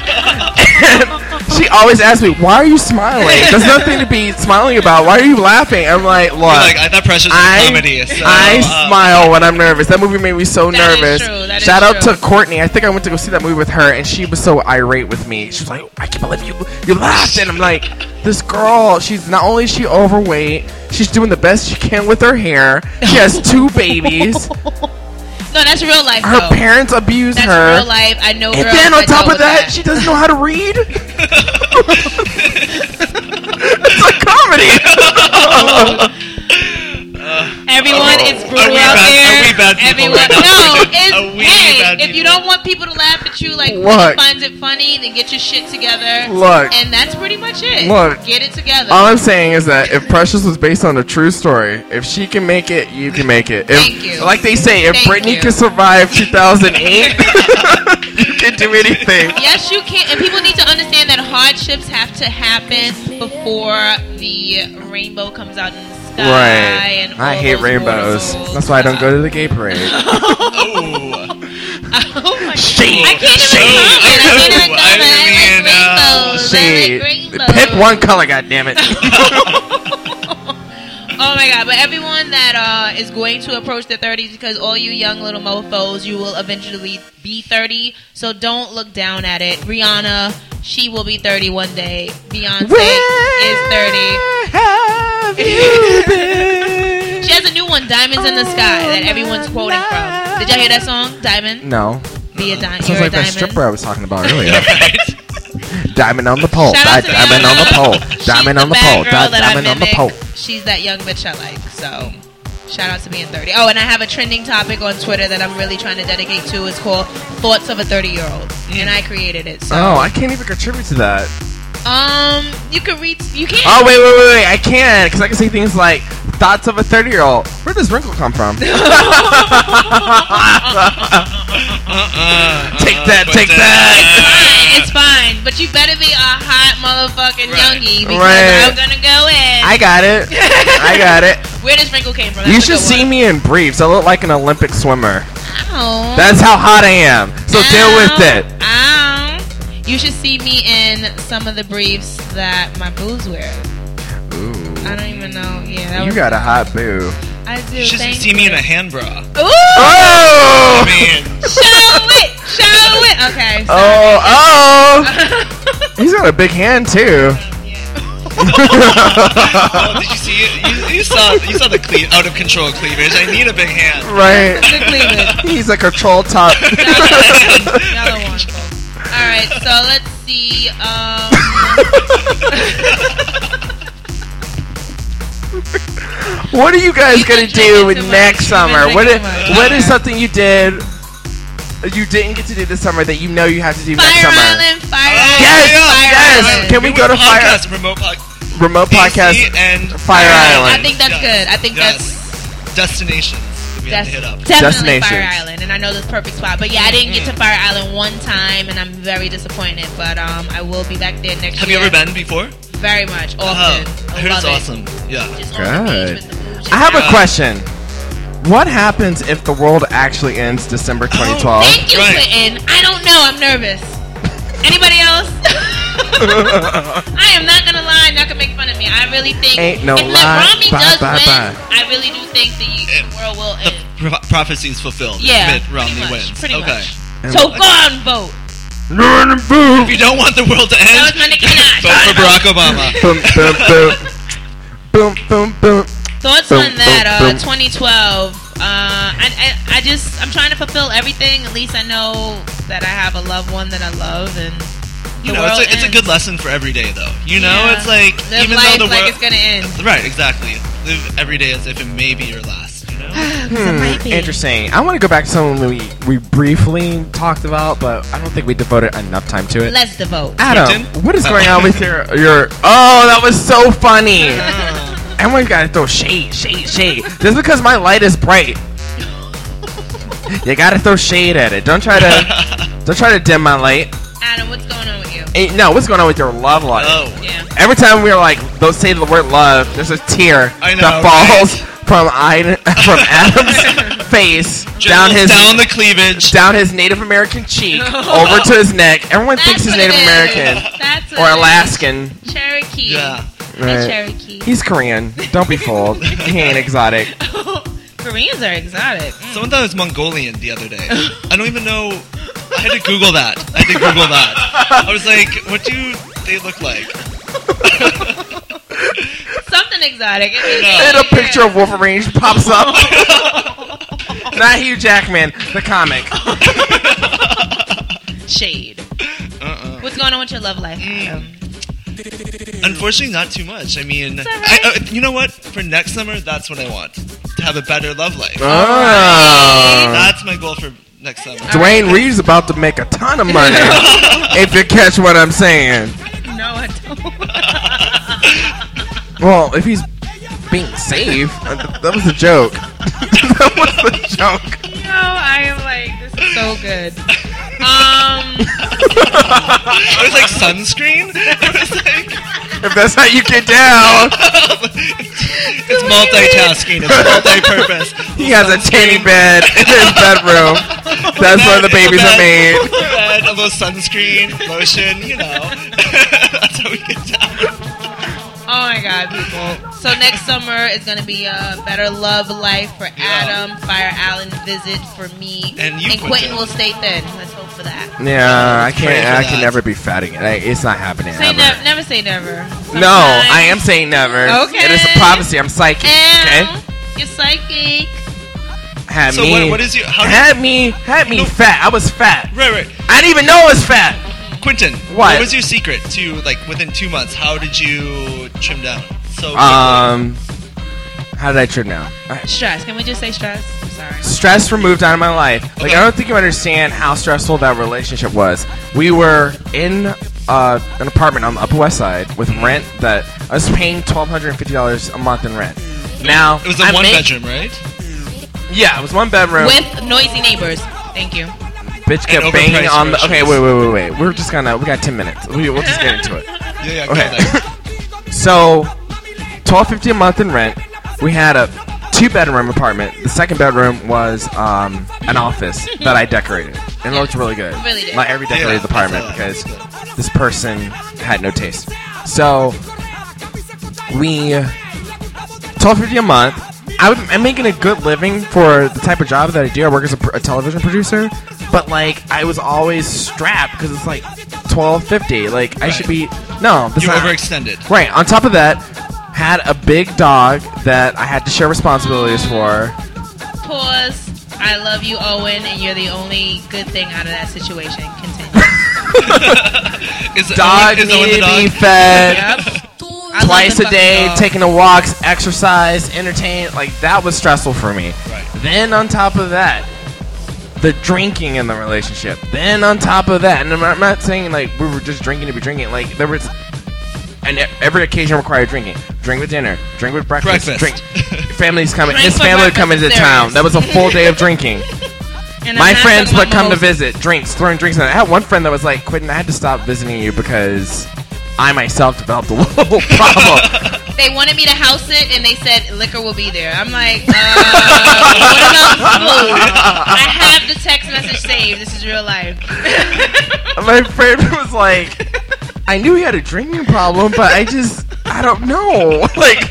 S1: And she always asks me, "Why are you smiling? There's nothing to be smiling about. Why are you laughing?" I'm like, "Look,
S3: You're like, I thought Precious was
S1: I,
S3: a comedy. So,
S1: I
S3: uh,
S1: smile when I'm nervous. That movie made me so
S2: That is
S1: nervous.
S2: true, that is
S1: Shout out
S2: true.
S1: to Courtney. I think I went to go see that movie with her, and she was so irate with me. She was like, "I can't believe you you laughed," and I'm like, "This girl, she's not only is she overweight, she's doing the best she can with her hair. She has two babies.
S2: No, that's real life.
S1: Her
S2: though.
S1: parents abuse
S2: Oh. That's
S1: her."
S2: real life. I know.
S1: And
S2: girls
S1: then on top
S2: deal
S1: of
S2: with
S1: that, she doesn't know how to read. it's a comedy.
S2: everyone is
S3: Oh, Are
S2: brutal
S3: we
S2: out
S3: bad-
S2: there.
S3: are we bad people
S2: Everyone,
S3: right now?
S2: no.
S3: Are we
S2: It's, hey,
S3: bad
S2: if you
S3: people?
S2: don't want people to laugh at you, like
S1: Look.
S2: when you finds it funny, then get your shit together.
S1: Look.
S2: and that's pretty much it.
S1: Look.
S2: get it together.
S1: All I'm saying is that if Precious was based on a true story, if she can make it, you can make it. If,
S2: Thank you.
S1: Like they say, if
S2: Thank
S1: Britney
S2: you.
S1: can survive 2008, you can do anything.
S2: Yes, you can. And people need to understand that hardships have to happen before the rainbow comes out in the sky.
S1: Right.
S2: And
S1: I
S2: all
S1: hate
S2: those
S1: rainbows.
S2: mortals.
S1: That's why I don't go to the gay parade.
S3: Oh.
S2: oh my
S1: Shade.
S2: I can't even
S1: Shade.
S2: comment. I can't even
S3: Oh,
S2: comment. I
S3: I mean, uh,
S2: like rainbows.
S1: Shade.
S2: I like rainbows.
S1: Pick one color, goddammit.
S2: Oh my god! But everyone that uh, is going to approach the 30s, because all you young little mofo's, you will eventually be 30. So don't look down at it. Rihanna, she will be 30 one day. Beyonce is 30.
S1: have you been?
S2: She has a new one, Diamonds in the Sky, that everyone's quoting from. Did y'all hear that song? Diamond?
S1: No.
S2: Be a di-
S1: Sounds
S2: you're a
S1: like that
S2: diamond.
S1: stripper I was talking about earlier.
S3: Right.
S1: Diamond on the pole.
S2: Shout out to
S1: diamond on the
S2: Rihanna.
S1: pole.
S2: She's
S1: Diamond on the
S2: bad
S1: pole.
S2: girl
S1: Di-
S2: that I
S1: diamond on the
S2: mimic.
S1: pole.
S2: She's that young bitch I like, so shout out to being 30. Oh, and I have a trending topic on Twitter that I'm really trying to dedicate to. It's called Thoughts of a 30 Year Old,
S1: Mm.
S2: and I created it. So,
S1: Oh, I can't even contribute to that.
S2: um, you can read, you can.
S1: Uh. Oh, wait, wait, wait, wait. I can, because I can say things like thoughts of a 30 year old. Where does wrinkle come from? take
S3: Uh-uh.
S1: that,
S3: Uh,
S1: take
S3: but, uh,
S1: that.
S2: It's fine, but you better be a hot motherfucking
S3: Right.
S2: youngie because
S1: Right.
S2: I'm gonna go in.
S1: I got it. I got it.
S2: Where this wrinkle came from?
S1: You
S2: That's a
S1: should
S2: good
S1: see
S2: one.
S1: me in briefs. I look like an Olympic swimmer.
S2: Ow.
S1: That's how hot I am. So deal with
S2: Ow,
S1: it.
S2: Ow. You should see me in some of the briefs that my booze wear.
S1: Ooh.
S2: I don't even know. Yeah, that
S1: You
S2: was,
S1: got a hot boo.
S2: I do.
S3: You should
S2: thank
S3: see
S2: you.
S3: me in a hand bra.
S2: Ooh!
S3: I
S1: Oh!
S3: mean,
S2: Show it! Show it! Okay. so-
S1: Oh, oh! He's got a big hand, too.
S3: oh, did you see it? You, you saw you saw the cle- out of control cleavage. I need a big hand.
S1: right.
S2: the cleavage.
S1: He's a control top.
S2: Another one. All right, so let's see. Um,
S1: what are you guys
S2: You've
S1: gonna
S2: been drinking
S1: do with
S2: too much.
S1: next
S2: You've been
S1: summer? What
S2: drinking
S1: is,
S2: too much.
S1: what is something you did you didn't get to do this summer that you know you have to do next
S2: Fire
S1: summer?
S2: Island, Fire Island.
S1: Yes,
S2: Fire
S1: yes.
S2: Island.
S1: Can we go to Fire-
S3: podcast, Remote pod-
S1: Remote
S3: DC
S1: podcast,
S3: and
S1: Fire
S2: I
S1: Island.
S2: think that's
S3: Yes,
S2: good. I think that's
S3: yes. destinations. that We
S2: That's
S3: have to hit up.
S2: definitely
S1: Destinations.
S2: Fire Island, and I know this perfect spot. But yeah, I didn't get to Fire Island one time, and I'm very disappointed. But um, I will be back there next
S3: Have
S2: year.
S3: you ever been before?
S2: been? Very much, often.
S3: Oh, I heard
S2: love
S3: it's
S2: it.
S3: awesome. Yeah.
S2: Just on the
S1: Good.
S2: beach with the booze
S1: I have a
S3: Yeah.
S1: question. What happens if the world actually ends December
S2: Oh,
S1: 2012?
S2: Thank you,
S3: Right.
S2: Quentin. I don't know. I'm nervous. Anybody else? I am not gonna lie. Not gonna make fun of me. I really think
S1: Ain't no
S2: if
S1: lie.
S2: Rami
S1: Bye,
S2: does
S1: bye,
S2: win,
S1: bye.
S2: I really do think the world will
S3: The
S2: end.
S3: pro- prophecy is fulfilled.
S2: Yeah,
S3: Mitt Romney
S2: pretty much.
S3: wins.
S2: Pretty
S3: okay.
S2: much. So go out and vote.
S1: Boom, boom,
S3: If you don't want the world to
S2: That
S3: end,
S2: was my Nicki Minaj.
S3: vote for Barack Obama.
S1: boom, boom, boom. boom, boom, boom.
S2: Thoughts
S1: Boom,
S2: on that?
S1: boom,
S2: Uh,
S1: boom.
S2: 2012. Uh, I, I I just I'm trying to fulfill everything. At least I know that I have a loved one that I love, and
S3: You
S2: the
S3: know, it's
S2: world
S3: a, it's a
S2: ends.
S3: good lesson for every day, though. You know,
S2: Yeah.
S3: it's like
S2: Live
S3: even
S2: life
S3: though the
S2: like
S3: world,
S2: it's gonna end.
S3: right, exactly. Live every day as if it may be your last. You know,
S1: Hmm, interesting. I want to go back to something we, we briefly talked about, but I don't think we devoted enough time to it.
S2: Let's devote.
S1: Adam,
S3: Quentin?
S1: what is
S3: Oh.
S1: going on with your your? Oh, that was so funny. Everyone gotta throw shade, shade, shade. Just because my light is bright, you gotta throw shade at it. Don't try to don't try to dim my light.
S3: Uh.
S2: Adam, what's going on with you?
S1: Hey, no, what's going on with your love life?
S3: oh,
S2: Yeah.
S1: Every time we are like, they'll say the word love, there's a tear
S3: I know,
S1: that falls from I, from Adam's face down his
S3: down the cleavage.
S1: down his Native American cheek over to his neck. Everyone thinks he's
S2: what it
S1: Native
S2: is.
S1: American
S2: That's what
S1: or
S2: it is.
S1: Alaskan.
S2: Cherokee.
S3: yeah,
S2: The
S1: Right.
S2: Cherokee.
S1: He's Korean. Don't be fooled. he ain't exotic.
S2: Koreans are exotic.
S3: someone thought it was Mongolian the other day. I don't even know. I had to Google that. I had to Google that. I was like, what do they look like?
S2: Something exotic. It is-
S3: No.
S1: And a picture of Wolverine pops up. Not Hugh Jackman, the comic.
S2: shade.
S3: Uh-uh. Mm.
S2: What's going on with your love life? Adam?
S3: Unfortunately, not too much. I mean,
S2: all
S3: I,
S2: right.
S3: uh, you know what? For next summer, that's what I want to have a better love life.
S1: Oh.
S3: That's my goal for next summer.
S1: Dwayne Reed's about to make a ton of money. if you catch what I'm saying.
S2: No, I don't.
S1: Well, if he's being safe, uh, that that was a joke. that was a joke.
S2: No, I am like this is so good. Um,
S3: I was like sunscreen. I was like,
S1: If that's how you get down,
S3: it's multitasking. It's multi-purpose.
S1: he has a tanning bed in his bedroom. That's where the babies are made.
S3: And a little sunscreen, lotion. You know, that's how we get down.
S2: oh my God, people! So next summer is gonna be a better love life for Adam. Fire Island visit for me,
S3: And you,
S2: Quentin
S3: Quentin.
S2: will stay thin. Let's hope for that.
S1: Yeah, I
S3: Pray for
S1: can't. I can
S3: that.
S1: never be fat again. I, it's not happening.
S2: Say
S1: ever.
S2: never. Never say never.
S1: No, I am saying never.
S2: Okay.
S1: It is a prophecy. I'm psychic.
S2: Ow,
S1: Okay.
S2: You're psychic.
S1: Had
S3: So
S1: me.
S3: what, what is your? How did,
S1: had me. Had me
S3: No.
S1: fat. I was fat.
S3: right, right.
S1: I didn't even know I was fat.
S3: Quentin,
S1: What?
S3: was your secret to like within two months? How did you trim down? So
S1: Um. How did I trim now? Alright.
S2: Stress. Can we just say stress? I'm sorry.
S1: Stress removed out of my life. Like
S3: Okay.
S1: I don't think you understand how stressful that relationship was. We were in uh, an apartment on the Upper West Side with rent that I was paying twelve hundred and fifty dollars a month in rent. Now
S3: it was a
S1: I
S3: one
S1: make-
S3: bedroom, right?
S1: Yeah, it was one bedroom.
S2: With noisy neighbors. Thank you.
S1: bitch kept
S3: overpriced
S1: banging on the.
S3: versions.
S1: Okay, wait, wait, wait, wait. We're just gonna. We got ten minutes. We, we'll just get into it.
S3: Yeah, yeah. go
S1: Okay.
S3: there.
S1: so, twelve fifty a month in rent. We had a two bedroom apartment. The second bedroom was um, an office that I decorated. And it looked really good.
S2: Really did.
S1: Like every
S3: Yeah,
S1: decorated the apartment
S3: I
S1: because
S3: saw that.
S1: this person had no taste. So we twelve fifty a month. I'm, I'm making a good living for the type of job that I do. I work as a, pr- a television producer, but like I was always strapped because it's like twelve fifty. Like I should be no. That's
S3: You
S1: not-
S3: overextended.
S1: Right. On top of that, had a big dog that I had to share responsibilities for.
S2: Pause. I love you, Owen, and you're the only good thing out of that situation. Continue.
S3: Is
S1: Dog
S3: Owen, is Owen the
S1: needed to be
S3: dog?
S1: fed
S2: yep. I love
S1: twice
S2: the
S1: a
S2: fucking
S1: day,
S2: dog.
S1: taking a walks, exercise, entertain. Like that was stressful for me.
S3: Right.
S1: Then on top of that, the drinking in the relationship. Then on top of that, and I'm not, I'm not saying like we were just drinking to be drinking. Like there was, and e- every occasion required drinking. Drink with dinner. Drink with breakfast.
S3: Breakfast.
S1: Drink. Families coming.
S2: Drink
S1: His
S2: for
S1: family would come
S2: breakfast
S1: into
S2: is
S1: town.
S2: serious.
S1: That was a full day of drinking.
S2: And I'm
S1: My
S2: not
S1: friends
S2: talking
S1: would
S2: about
S1: come to
S2: mimosas.
S1: visit, drinks, throwing drinks. And I had one friend that was like, "Quentin, I had to stop visiting you because I myself developed a little problem."
S2: They wanted me to house it, and they said liquor will be there. I'm like, uh, what about food? I have the text message saved. This is real life.
S1: My friend was like, "I knew he had a drinking problem, but I just, I don't know. Like,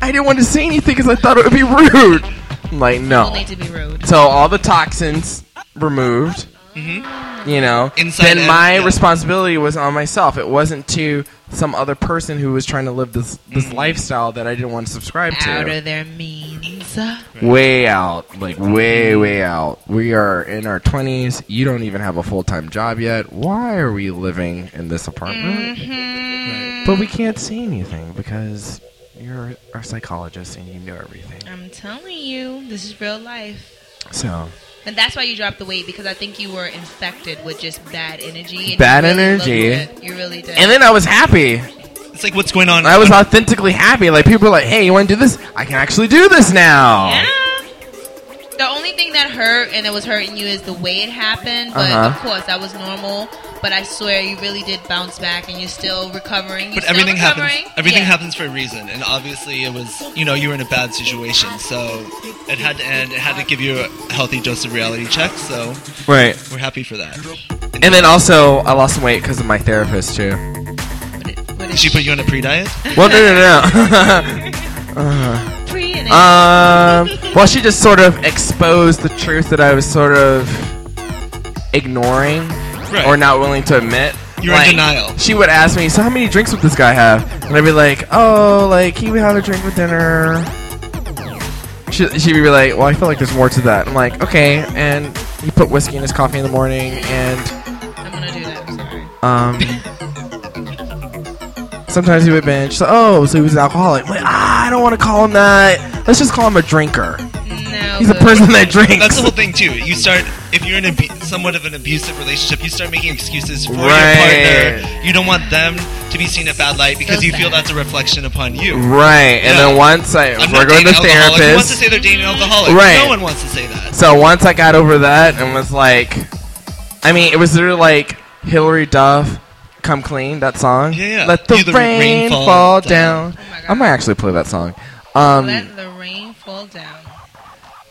S1: I didn't want to say anything because I thought it would be rude." I'm like,
S2: People
S1: no.
S2: need to be rude.
S1: So all the toxins removed. You know,
S3: Mm-hmm. Inside
S1: then
S3: out,
S1: my
S3: yeah.
S1: responsibility was on myself. It wasn't to some other person who was trying to live this this
S3: Mm-hmm.
S1: lifestyle that I didn't want to subscribe to.
S2: Out of their means.
S1: way out, like way way out. We are in our twenties. You don't even have a full time job yet. Why are we living in this apartment?
S2: Mm-hmm.
S1: But we can't say anything because you're our psychologist and you know everything.
S2: I'm telling you, this is real life.
S1: So
S2: And that's why you dropped the weight because I think you were infected with just bad energy. and you
S1: Bad
S2: really loved
S1: energy.
S2: it. You really did.
S1: and then I was happy.
S3: It's like what's going on?
S1: I was authentically happy. Like people were like, "Hey, you want to do this? I can actually do this now."
S2: Yeah. The only thing that hurt and it was hurting you is the way it happened. But of
S1: Uh-huh.
S2: course, that was normal. But I swear, you really did bounce back, and you're still recovering. You're
S3: But
S2: still
S3: everything happens.
S2: recovering.
S3: Everything
S2: Yeah.
S3: happens for a reason, and obviously it was you know you were in a bad situation, so it had to end. It had to give you a healthy dose of reality check. So
S1: Right.
S3: we're happy for that.
S1: And then also, I lost some weight because of my therapist too.
S2: What did- what
S3: Did
S2: did
S3: she put you on a pre diet?
S1: Well, no, no, no.
S2: pre and
S1: Um, well, she just sort of exposed the truth that I was sort of ignoring
S3: Right.
S1: or not willing to admit.
S3: You were in denial.
S1: She would ask me, "So how many drinks would this guy have?" And I'd be like, "Oh, like he would have a drink with dinner." She, she'd be like, "Well, I feel like there's more to that." I'm like, "Okay," and he put whiskey in his coffee in the morning, and
S2: I'm gonna do that. I'm sorry.
S1: um. Sometimes he would binge. So, oh, so he was an alcoholic. I'm like, ah, I don't want to call him that. Let's just call him a drinker.
S2: No.
S1: He's a
S2: good.
S1: person that drinks.
S3: That's the whole thing too. You start if you're in a somewhat of an abusive relationship, you start making excuses for your
S1: Right.
S3: partner. You don't want them to be seen in a bad light because
S2: So
S3: you feel
S2: sad.
S3: that's a reflection upon you.
S1: right. And
S3: Yeah.
S1: then once I
S3: I'm
S1: we're
S3: not
S1: going to
S3: dating an alcoholic. Who oh, wants to
S1: therapist.
S3: say they're dating an alcoholic?
S1: Right.
S3: No one wants to say that.
S1: so once I got over that and was like, I mean, it was sort of like Hillary Duff, "Come Clean" that song.
S3: Yeah, yeah.
S1: Let the,
S3: You the
S1: rain, fall, down.
S2: Oh my God.
S1: I might actually play that song. Um,
S2: Let the rain fall down.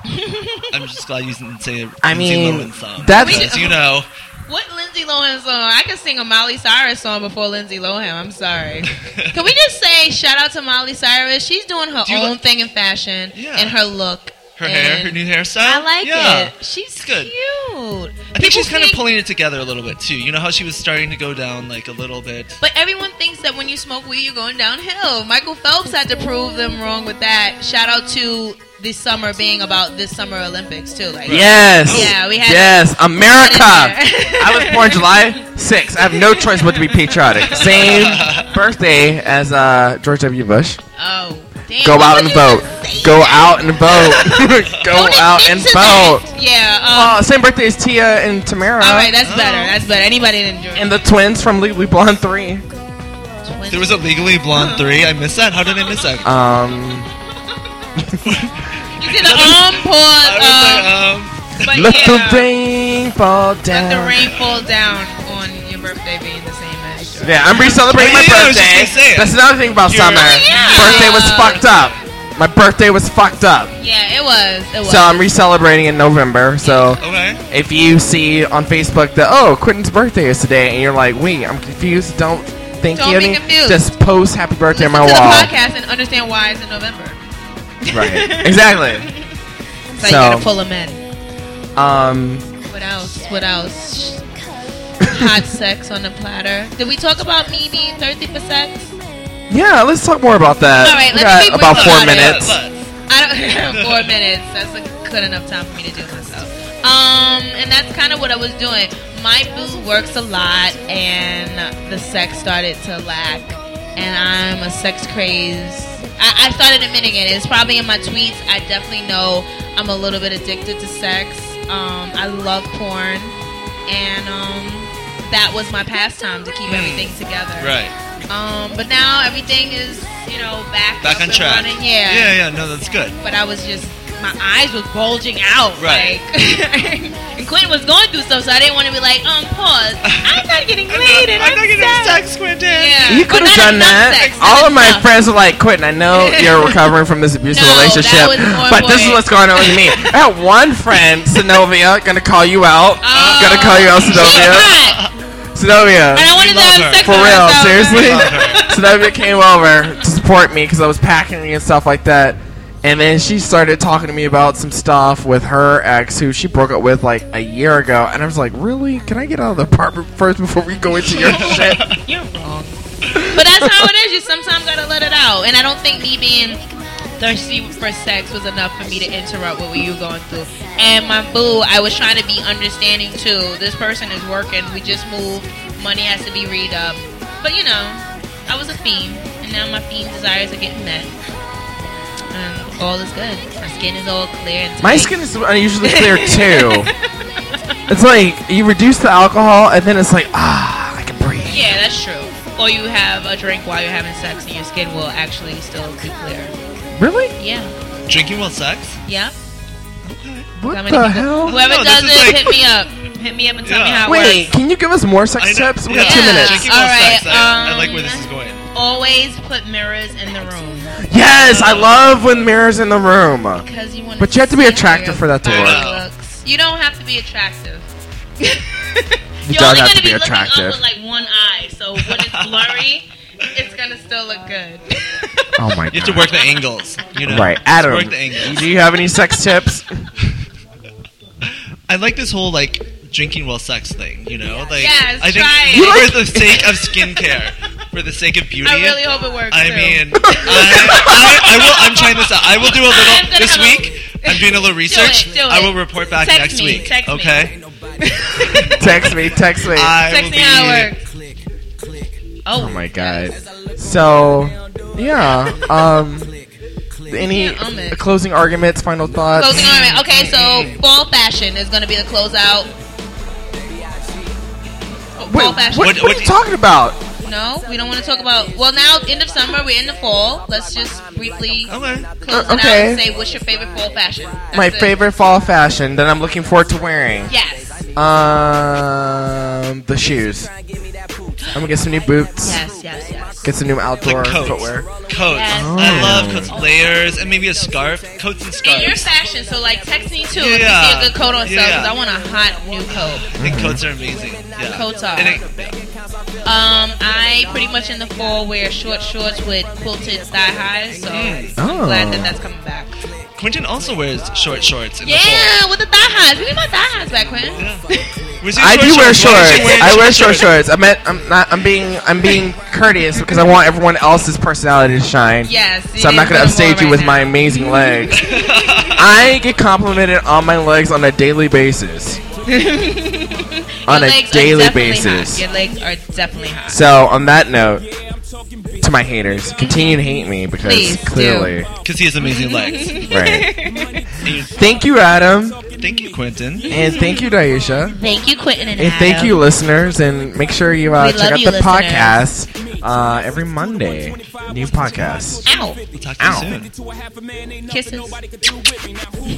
S3: I'm just glad you didn't say it.
S1: I mean, that's-
S3: that's you know.
S2: What Lindsay Lohan song? I can sing a Molly Cyrus song before Lindsay Lohan. I'm sorry. can we just say shout out to Molly Cyrus? She's doing her
S3: Do you
S2: own
S3: like-
S2: thing in fashion
S3: Yeah.
S2: and her look.
S3: Her hair,
S2: and-
S3: her new hairstyle.
S2: I like
S3: yeah.
S2: it. She's
S3: good.
S2: cute. I
S3: I think she's kind of pulling it together a little bit too. You know how she was starting to go down like a little bit.
S2: But everyone thinks that when you smoke weed, you're going downhill. Michael Phelps had to prove them wrong with that. Shout out to this summer being about this summer Olympics too. Like,
S1: Yes.
S2: Yeah, we had-
S1: Yes, America.
S2: there.
S1: I was born July 6th. I have no choice but to be patriotic. Same birthday as uh, George W. Bush.
S2: Oh, damn.
S1: Go
S2: Why
S1: out
S2: would
S1: and
S2: you
S1: vote.
S2: say
S1: Go
S2: that?
S1: out and vote. Go
S2: Don't
S1: out
S2: admit
S1: and
S2: to that.
S1: vote.
S2: Yeah. Um,
S1: Oh, same birthday as Tia and Tamara.
S2: all right, that's
S3: Oh.
S2: better. That's better. Anybody didn't do it.
S1: and the twins from Legally Blonde 3.
S3: There was a Legally
S2: Uh-huh.
S3: Blonde three. I missed that. How did I miss that?
S2: Uh,
S1: Um,
S2: You did an um pause.
S3: I uh,
S2: Um,
S3: was
S2: but
S1: let
S2: yeah,
S1: the rain fall down.
S2: let the rain fall down on your birthday being the same as.
S1: Yeah, I'm re-celebrating
S3: Oh,
S1: my
S3: yeah, I was just
S1: birthday.
S3: gonna say it.
S1: That's another thing about
S3: You're-
S1: summer.
S2: Yeah.
S1: Birthday was fucked up. My birthday was fucked up.
S2: Yeah, it was. It was.
S1: So I'm re-celebrating in November. So
S3: um, okay.
S1: if you see on Facebook that oh Quentin's birthday is today, and you're like, wait, I'm confused. Don't think
S2: Don't
S1: you
S2: be
S1: any-
S2: confused.
S1: Just post happy birthday
S2: Listen
S1: on my
S2: to
S1: wall.
S2: the podcast and understand why it's in November.
S1: Right. exactly.
S2: So,
S1: So-
S2: you gotta pull them in.
S1: Um,
S2: What else? What else? Hot sex on a platter. Did we talk about me being thirsty for sex?
S1: yeah, let's talk more about that.
S2: All right,
S1: we
S2: let's
S1: got
S2: keep
S1: about
S2: moving
S1: four
S2: on.
S1: minutes.
S2: I don't four minutes. That's a good enough time for me to do it myself. Um, and that's kind of what I was doing. My boo works a lot, and the sex started to lack. And I'm a sex craze. I, I started admitting it. It's probably in my tweets. I definitely know I'm a little bit addicted to sex. Um, I love porn, and um, that was my pastime to keep everything together.
S3: Right.
S2: Um, but now everything is, you know, back
S3: Back
S2: up
S3: on
S2: and
S3: track.
S2: Running. Yeah.
S3: Yeah, yeah. No, that's good.
S2: But I was just my eyes was bulging out.
S3: Right.
S2: Like, and Quentin was going through stuff, so I didn't want to be like, um, pause. I'm not getting laid, and
S3: I'm not getting
S2: sad.
S3: sex, Quentin.
S2: Yeah.
S1: You
S2: But
S1: could
S2: not
S1: have done
S2: enough
S1: that.
S2: sex,
S1: All
S2: not
S1: of my
S2: enough.
S1: friends were like, Quentin, I know you're recovering from this abusive
S2: No, that
S1: relationship,
S2: was more
S1: but this is
S2: boy.
S1: what's going on with me. I had one friend, Synovia, gonna call you out.
S2: Oh,
S1: Gonna call you out,
S2: she's
S1: Synovia.
S2: hot. And
S1: Synovia,
S2: I wanted to
S3: love
S2: have
S3: her.
S2: sex
S1: for
S2: with her,
S1: real,
S2: so-
S1: seriously.
S3: Love her.
S1: Synovia came over to support me because I was packing and stuff like that. And then she started talking to me about some stuff with her ex, who she broke up with like a year ago. And I was like, "Really? Can I get out of the apartment first before we go into your shit?"
S2: You're wrong. But that's how it is. You sometimes gotta let it out. And I don't think me being thirsty for sex was enough for me to interrupt what you were going through. And my boo, I was trying to be understanding too. This person is working. We just moved. Money has to be read up. But you know, I was a fiend, and now my fiend desires are getting met. And all is good. My skin is all clear. And
S1: My skin is unusually clear too. it's like you reduce the alcohol, and then it's like ah, I can breathe.
S2: Yeah, that's true. Or you have a drink while you're having sex, and your skin will actually still be clear.
S1: Really?
S2: Yeah.
S3: Drinking while sex?
S2: Yeah.
S1: What
S2: How many
S1: the
S2: people-
S1: hell?
S2: Whoever
S3: No, this
S2: does
S3: is
S2: it,
S3: like-
S2: hit me up. Hit me up and tell me
S3: Yeah.
S2: how it
S1: Wait,
S2: works.
S1: can you give us more sex
S3: I know-
S1: tips? We
S3: yeah.
S1: got two
S2: Yeah.
S1: minutes.
S3: Drinking while
S2: All right,
S3: sex. I, I
S2: um,
S3: like where this is going.
S2: Always put mirrors in the room
S1: Yes, I love when mirrors in the room.
S2: because you want.
S1: But you have to be attractive for that to
S3: work.
S2: Looks. You don't have to be attractive. You're
S1: don't
S2: only
S1: have
S2: gonna
S1: to be
S2: be looking up
S1: attractive.
S2: with like one eye, so when it's blurry, it's gonna still look good.
S1: Oh my
S3: You have to work the angles. You know?
S1: Right,
S3: Just
S1: Adam.
S3: Work the angles.
S1: Do you have any sex tips?
S3: I like this whole like drinking while sex thing. You know, like
S2: Yes,
S3: I think
S2: try
S1: it.
S3: for the sake of skincare, for the sake of beauty.
S2: I really hope it works.
S3: I
S2: too.
S3: mean, I, I, I will. I'm trying this out. I will do a
S2: I'm
S3: little
S2: gonna-
S3: this
S2: I'm a-
S3: week. I'm doing a little
S2: do
S3: research.
S2: it.
S3: I will report back
S2: Text
S3: next
S2: me,
S3: week.
S2: text me.
S3: okay.
S1: text me, text me.
S3: I will
S2: text me how it
S3: be.
S2: works.
S4: Click, click,
S1: oh my god. So, yeah. Um, any
S2: Yeah, I'm in.
S1: closing arguments, final thoughts?
S2: Closing ornament. Okay, so fall fashion is going to be the closeout. Oh, fall
S1: Wait, what,
S2: fashion.
S1: what,
S3: What-
S1: are you talking about?
S2: No, we don't want to talk about. Well, now end of summer, we're in the fall. Let's just briefly close
S3: Okay.
S2: it out
S1: Uh, okay.
S2: and say what's your favorite fall fashion. That's
S1: My
S2: it.
S1: favorite fall fashion that I'm looking forward to wearing.
S2: Yes.
S1: Um, the shoes. I'm gonna get some new boots.
S2: Yes. Yes. Yes.
S1: Get some new
S3: The
S1: outdoor
S3: coats,
S1: footwear.
S3: coats.
S2: Yes.
S1: Oh.
S3: I love coats, layers, and maybe a scarf. Coats and
S2: And your
S3: scarves.
S2: fashion, so like text me too if you
S3: Yeah.
S2: see a good coat on sale
S3: Yeah.
S2: because I want a hot new coat.
S3: I think coats are amazing. Yeah.
S2: Coats are.
S3: And it-
S2: Um, I pretty much in the fall wear short shorts with quilted thigh highs, so I'm glad
S1: Oh.
S2: that that's coming back.
S3: Quentin also wears short shorts in the fall.
S2: Yeah, with the thigh highs. We need my thigh highs back, Quinn.
S3: Was it
S1: I do wear
S3: Why
S1: shorts.
S3: was it wearing
S1: I wear short shorts. I meant I'm not. I'm being. I'm being courteous because I want everyone else's personality to shine.
S2: Yes. it
S1: So I'm not
S2: is
S1: gonna
S2: what
S1: upstage
S2: wearing
S1: you with my
S2: right now.
S1: amazing legs. I get complimented on my legs on a daily basis. on
S2: Your
S1: a
S2: legs are
S1: daily
S2: definitely hot.
S1: basis.
S2: Your legs are definitely hot.
S1: So on that note, to my haters, continue to hate me because
S2: Please do.
S1: clearly,
S3: Because he has amazing legs.
S1: right.
S3: And you-
S1: Thank you, Adam,
S3: Thank you, Quentin.
S1: and thank you, Daisha.
S2: Thank you, Quentin and
S1: And thank you, listeners, and make sure you
S2: We
S1: uh,
S2: love
S1: check out
S2: you,
S1: the podcast uh, every Monday. New podcast.
S2: Ow.
S3: We'll talk to you
S1: Ow.
S3: soon.
S2: Kisses.